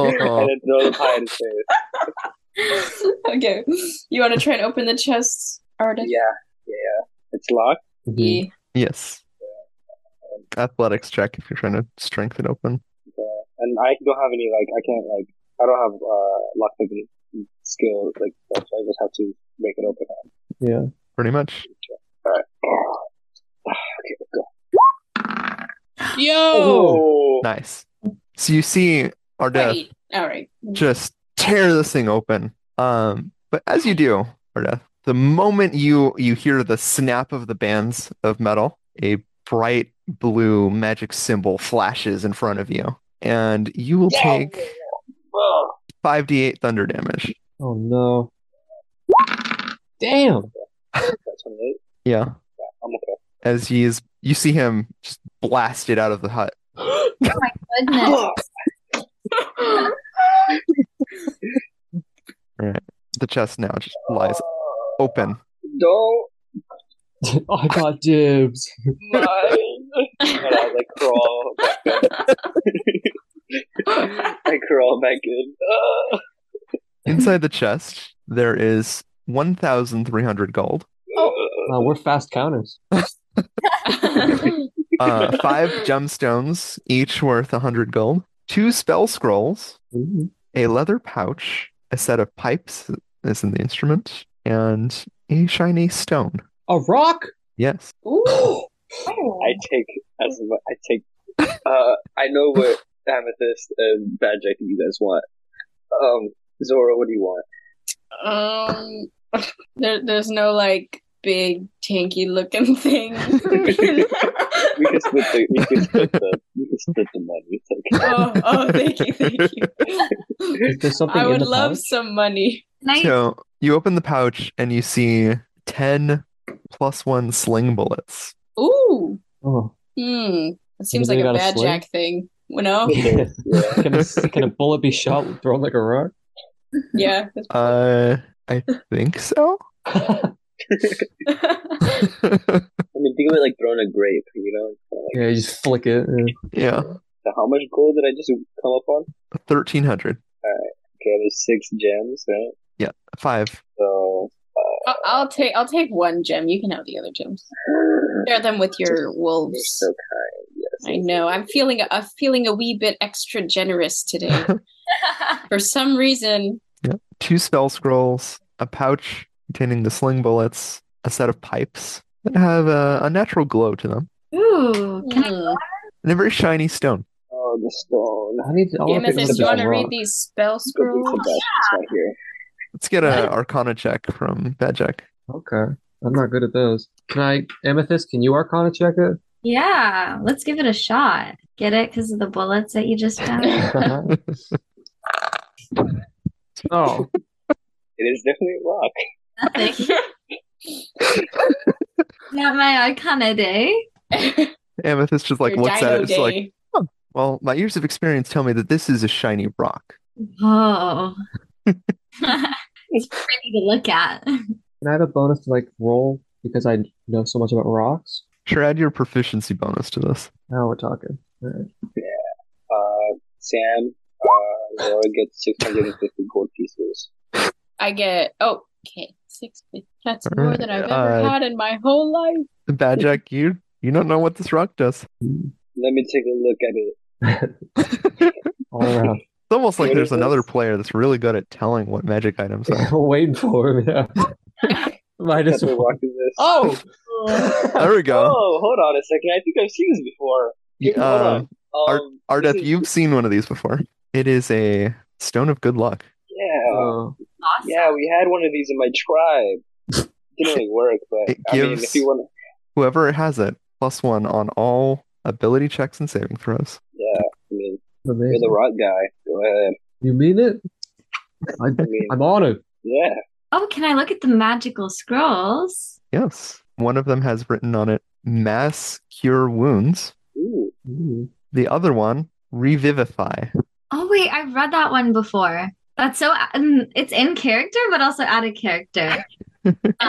Speaker 7: throw the pie in his face.
Speaker 3: okay. You want to try and open the chest,
Speaker 7: Yeah,
Speaker 3: artist?
Speaker 7: yeah. It's locked.
Speaker 2: Mhm.
Speaker 1: Yes. Athletics check if you're trying to strength it open.
Speaker 7: And I don't have any, like, I can't, like, I don't have, uh, lockpicking skill, like, stuff, so I just have to make it open. (sighs)
Speaker 2: Yeah.
Speaker 1: Pretty much.
Speaker 7: Alright. okay, let's go.
Speaker 3: Yo.
Speaker 7: Oh!
Speaker 1: Nice. So you see Ardev
Speaker 3: Wait. All right.
Speaker 1: just tear this thing open. Um, but as you do, Arda, the moment you you hear the snap of the bands of metal, a bright blue magic symbol flashes in front of you, and you will
Speaker 7: Yeah.
Speaker 1: take
Speaker 7: Oh.
Speaker 1: five d eight thunder damage.
Speaker 2: Oh no. Damn. (laughs)
Speaker 7: That's 28.
Speaker 1: Yeah,
Speaker 7: I'm okay.
Speaker 1: as he is, you see him just blasted out of the hut.
Speaker 6: (laughs)
Speaker 4: Goodness.
Speaker 1: The chest now just lies open.
Speaker 7: Oh. Don't
Speaker 2: Oh, I got dibs.
Speaker 7: (laughs) mind. and I like crawl. back up. I (laughs) I crawl back in. Ah.
Speaker 1: Inside the chest, there is 1,300 gold,
Speaker 7: Oh.
Speaker 2: Uh, we're fast counters.
Speaker 7: (laughs)
Speaker 1: uh, five gemstones, each worth 100 gold, two spell scrolls, a leather pouch, a set of pipes is in the instrument, and a shiny stone.
Speaker 2: A rock?
Speaker 1: Yes.
Speaker 3: Ooh.
Speaker 7: I take as mu- I take. Uh, I know what amethyst and badge I think you guys want. Um, Zora, what do you want?
Speaker 3: Um, (laughs) there, there's no like big tanky looking (laughs) thing. oh,
Speaker 7: We can split the we can split the we can split the money. It's okay.
Speaker 3: oh, thank you, thank you.
Speaker 2: Is there something
Speaker 3: I
Speaker 2: in
Speaker 3: would
Speaker 2: the
Speaker 3: love
Speaker 2: pouch?
Speaker 3: some money.
Speaker 4: Can I,
Speaker 1: So you open the pouch and you see 10 plus one sling bullets.
Speaker 3: Ooh,
Speaker 2: Oh. (laughs)
Speaker 3: hmm. That seems like
Speaker 2: Anybody
Speaker 3: a
Speaker 2: got a
Speaker 3: bad
Speaker 2: sling?
Speaker 3: jack thing. You know?
Speaker 2: (laughs) Yeah.
Speaker 7: Yeah.
Speaker 2: can, a, s- can a bullet be shot and thrown like a rock? (laughs)
Speaker 3: Yeah.
Speaker 1: Uh, I think so.
Speaker 7: (laughs)
Speaker 1: (laughs)
Speaker 7: I mean, think of it like throwing a grape. You know, It's kinda like,
Speaker 2: yeah, you just flick it. yeah.
Speaker 1: yeah,
Speaker 7: so how much gold did I just come up on?
Speaker 1: 1300.
Speaker 7: Okay, there's six gems, right?
Speaker 1: Five.
Speaker 7: So
Speaker 3: I'll, I'll take I'll take one gem. You can have the other gems. Share them with your
Speaker 7: you're
Speaker 3: wolves.
Speaker 7: so kind. Yes.
Speaker 3: I know. I'm feeling I'm feeling a wee bit extra
Speaker 2: (laughs)
Speaker 3: generous today. For some reason,
Speaker 1: two spell scrolls, a pouch containing the sling bullets, a set of pipes that have a, a natural glow to them,
Speaker 4: (laughs) ooh, can I,
Speaker 3: Hmm.
Speaker 1: and a very shiny stone.
Speaker 7: Oh, the stone.
Speaker 2: I need. I want to pick up
Speaker 3: Amethyst, you
Speaker 2: this
Speaker 3: want to
Speaker 2: rock.
Speaker 3: read these spell
Speaker 7: Good thing
Speaker 3: scrolls?
Speaker 7: Sebastian's not here.
Speaker 1: Let's get a Arcana check from Bad Jack.
Speaker 2: Okay, I'm not good at those. Can I, Amethyst? Can you Arcana check
Speaker 3: (laughs)
Speaker 2: it? (laughs)
Speaker 4: yeah, let's give it a shot. Get it? Because of the bullets that you just found?
Speaker 2: oh,
Speaker 7: It is definitely a rock.
Speaker 4: Nothing. Not my Arcana day.
Speaker 1: Amethyst just like
Speaker 3: Your
Speaker 1: looks at
Speaker 3: dino
Speaker 1: it. It's like,
Speaker 3: day.
Speaker 1: well, my years of experience tell me that this is a shiny rock.
Speaker 4: Oh. (laughs) it's pretty to look at.
Speaker 2: can I have a bonus to like roll because I know so much about rocks?
Speaker 1: Sure, add your proficiency bonus to this.
Speaker 2: Now we're talking. All right.
Speaker 7: Uh, Sam, uh, Laura gets 650 gold pieces.
Speaker 3: I get oh, okay, six. That's
Speaker 1: All
Speaker 3: more
Speaker 1: right,
Speaker 3: than I've ever
Speaker 1: uh,
Speaker 3: had in my whole life.
Speaker 1: Bad
Speaker 3: (laughs)
Speaker 1: Jack, you you don't know what this rock does. It's
Speaker 7: Let me take a look at it.
Speaker 2: All around.
Speaker 3: (laughs)
Speaker 2: (laughs)
Speaker 1: almost like
Speaker 7: What
Speaker 1: there's
Speaker 7: is
Speaker 1: another
Speaker 7: this?
Speaker 1: player that's really good at telling what magic items
Speaker 3: (laughs)
Speaker 1: are.
Speaker 2: We're waiting for him. Yeah.
Speaker 7: What
Speaker 2: Minus
Speaker 7: type of
Speaker 2: one.
Speaker 7: rock is this?
Speaker 2: Oh.
Speaker 1: There we go.
Speaker 7: Oh, hold on a second. I think I've seen this before. Give me- hold
Speaker 1: Um,
Speaker 7: on. Um, this
Speaker 1: Ardeth,
Speaker 7: is-
Speaker 1: you've seen one of these before. It is a stone of good luck.
Speaker 7: Yeah.
Speaker 2: Oh.
Speaker 4: Awesome.
Speaker 7: Yeah, we had one of these in my tribe.
Speaker 1: (laughs)
Speaker 7: Didn't really work, but
Speaker 1: It
Speaker 7: I mean, if
Speaker 1: gives-
Speaker 7: you want,
Speaker 1: Whoever has it, plus one on all ability checks and saving throws.
Speaker 7: I mean, you're the
Speaker 2: Amazing.
Speaker 7: rock guy. Go ahead.
Speaker 2: You mean it? (laughs) I,
Speaker 7: I mean,
Speaker 2: I'm honored.
Speaker 7: yeah.
Speaker 4: Oh, can I look at the magical scrolls?
Speaker 1: Yes. One of them has written on it mass cure wounds.
Speaker 7: Ooh,
Speaker 2: Ooh.
Speaker 1: The other one, revivify.
Speaker 4: Oh wait, I've read that one before. That's so um, it's in character, but also out of character.
Speaker 1: (laughs)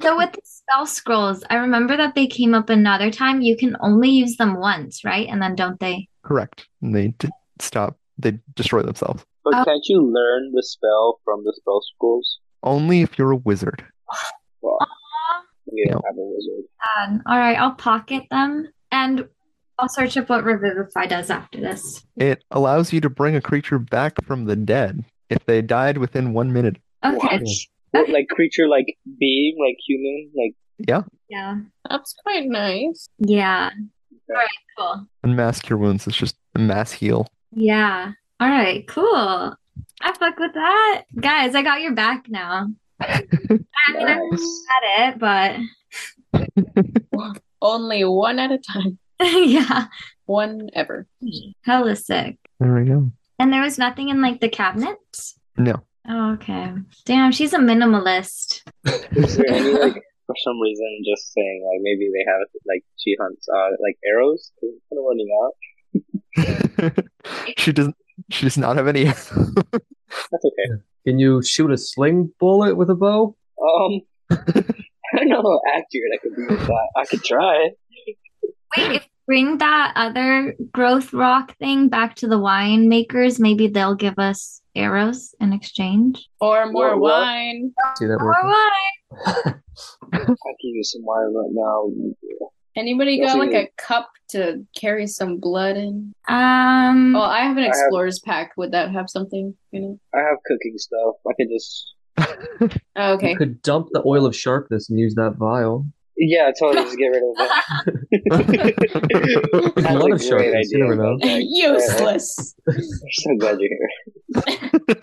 Speaker 4: so with the spell scrolls, I remember that they came up another time. You can only use them once, right? And then don't they?
Speaker 1: Correct. And they d- stop, they destroy themselves.
Speaker 7: but
Speaker 4: Oh.
Speaker 7: can't you learn the spell from the spell scrolls?
Speaker 1: Only if you're a wizard.
Speaker 7: Well, you
Speaker 1: No.
Speaker 7: don't have a wizard.
Speaker 4: Um, all right, I'll pocket them, and I'll search up what Revivify does after this.
Speaker 1: It allows you to bring a creature back from the dead if they died within one minute.
Speaker 4: Okay.
Speaker 7: What? What, like creature, like being, like human, like
Speaker 1: Yeah.
Speaker 4: Yeah.
Speaker 3: (laughs) That's quite nice.
Speaker 4: Yeah. All right. Cool.
Speaker 1: And mass cure wounds is just a mass heal.
Speaker 4: Yeah. All right. Cool. I fuck with that, guys. I got your back now. I mean, I'm
Speaker 7: nice.
Speaker 4: at it, but (laughs)
Speaker 3: Only one at a time.
Speaker 4: yeah,
Speaker 3: One ever.
Speaker 4: hella sick.
Speaker 1: There we go.
Speaker 4: And there was nothing in like the cabinet.
Speaker 1: No. (laughs)
Speaker 4: Oh, okay. Damn, she's a minimalist.
Speaker 7: Is there any like (laughs) for some reason just saying like maybe they have like she hunts uh like arrows? 'Cause it's kind of running out.
Speaker 1: she doesn't she does not have any
Speaker 7: That's okay.
Speaker 2: Can you shoot a sling bullet with a bow?
Speaker 1: (laughs)
Speaker 7: Um, (laughs) I don't know how accurate I could be with that. I could try.
Speaker 4: Wait, if bring that other growth rock thing back to the winemakers. Maybe they'll give us arrows in exchange.
Speaker 3: Or more
Speaker 7: Or what?
Speaker 3: wine.
Speaker 2: See that
Speaker 4: Or
Speaker 2: working?
Speaker 4: wine.
Speaker 7: I can use some wine right now.
Speaker 3: Anybody
Speaker 7: Yes,
Speaker 3: got like
Speaker 7: it
Speaker 3: a cup to carry some blood in?
Speaker 4: Um,
Speaker 3: Oh, I have an
Speaker 7: have-
Speaker 3: explorer's pack. Would that have something? You know.
Speaker 7: I have cooking stuff. I can just
Speaker 3: Oh, okay.
Speaker 2: You could dump the oil of sharpness and use that vial.
Speaker 7: yeah, totally just get rid
Speaker 2: (laughs)
Speaker 7: of that.
Speaker 1: That's
Speaker 7: That's
Speaker 2: Blood
Speaker 7: a
Speaker 2: of
Speaker 7: great
Speaker 2: sharpness, you
Speaker 7: idea.
Speaker 2: never know.
Speaker 7: Jack.
Speaker 3: (laughs) Useless.
Speaker 7: (laughs)
Speaker 1: (laughs)
Speaker 3: (laughs)
Speaker 7: I'm so glad you're here.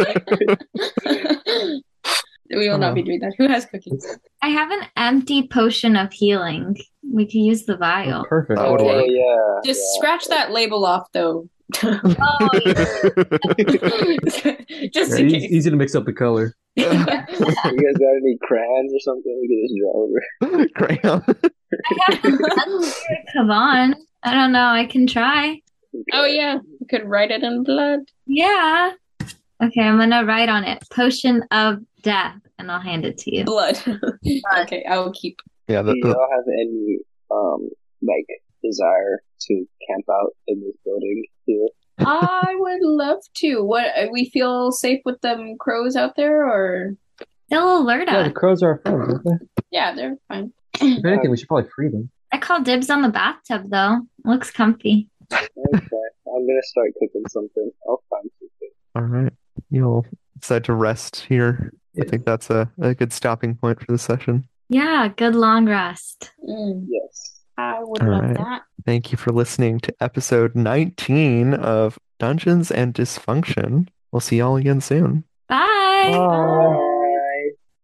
Speaker 3: we will not
Speaker 1: Oh.
Speaker 3: be doing that. Who has cookies?
Speaker 4: I have an empty potion of healing. We could use the vial.
Speaker 2: Perfect.
Speaker 1: That would
Speaker 7: oh,
Speaker 1: work.
Speaker 7: Yeah,
Speaker 3: Just
Speaker 7: yeah.
Speaker 3: scratch that label off, though. (laughs)
Speaker 4: Oh,
Speaker 3: Just
Speaker 2: Yeah,
Speaker 3: in
Speaker 2: easy,
Speaker 3: case.
Speaker 2: easy to mix up the color.
Speaker 7: You guys got any crayons or something? We can just draw over.
Speaker 1: Crayon.
Speaker 4: I have come on. I don't know. I can try.
Speaker 3: (laughs) oh yeah, you could write it in blood.
Speaker 4: Yeah. Okay, I'm gonna write on it potion of death, and I'll hand it to you.
Speaker 3: Blood. (laughs) okay, I will keep.
Speaker 1: Yeah,
Speaker 7: Do
Speaker 1: the, the-
Speaker 7: y'all have any um like desire to camp out in this building here?
Speaker 3: I would love to. What uh, we feel safe with them crows out there, or
Speaker 4: They'll alert
Speaker 2: Yeah, the
Speaker 4: us.
Speaker 2: crows are our friends, aren't they?
Speaker 3: yeah, they're fine.
Speaker 2: If anything, we should probably free them.
Speaker 4: I call dibs on the bathtub though. Looks comfy.
Speaker 7: Okay, I'm gonna start cooking something. I'll find something.
Speaker 1: all right. You'll decide to rest here. I
Speaker 2: Yeah.
Speaker 1: think that's a, a good stopping point for the session.
Speaker 4: Yeah, good long rest.
Speaker 3: Mm,
Speaker 7: Yes.
Speaker 3: I would
Speaker 1: All
Speaker 3: love
Speaker 1: right.
Speaker 3: that.
Speaker 1: Thank you for listening to episode 19 of Dungeons and Dysfunction. We'll see y'all again soon.
Speaker 4: Bye.
Speaker 3: Bye.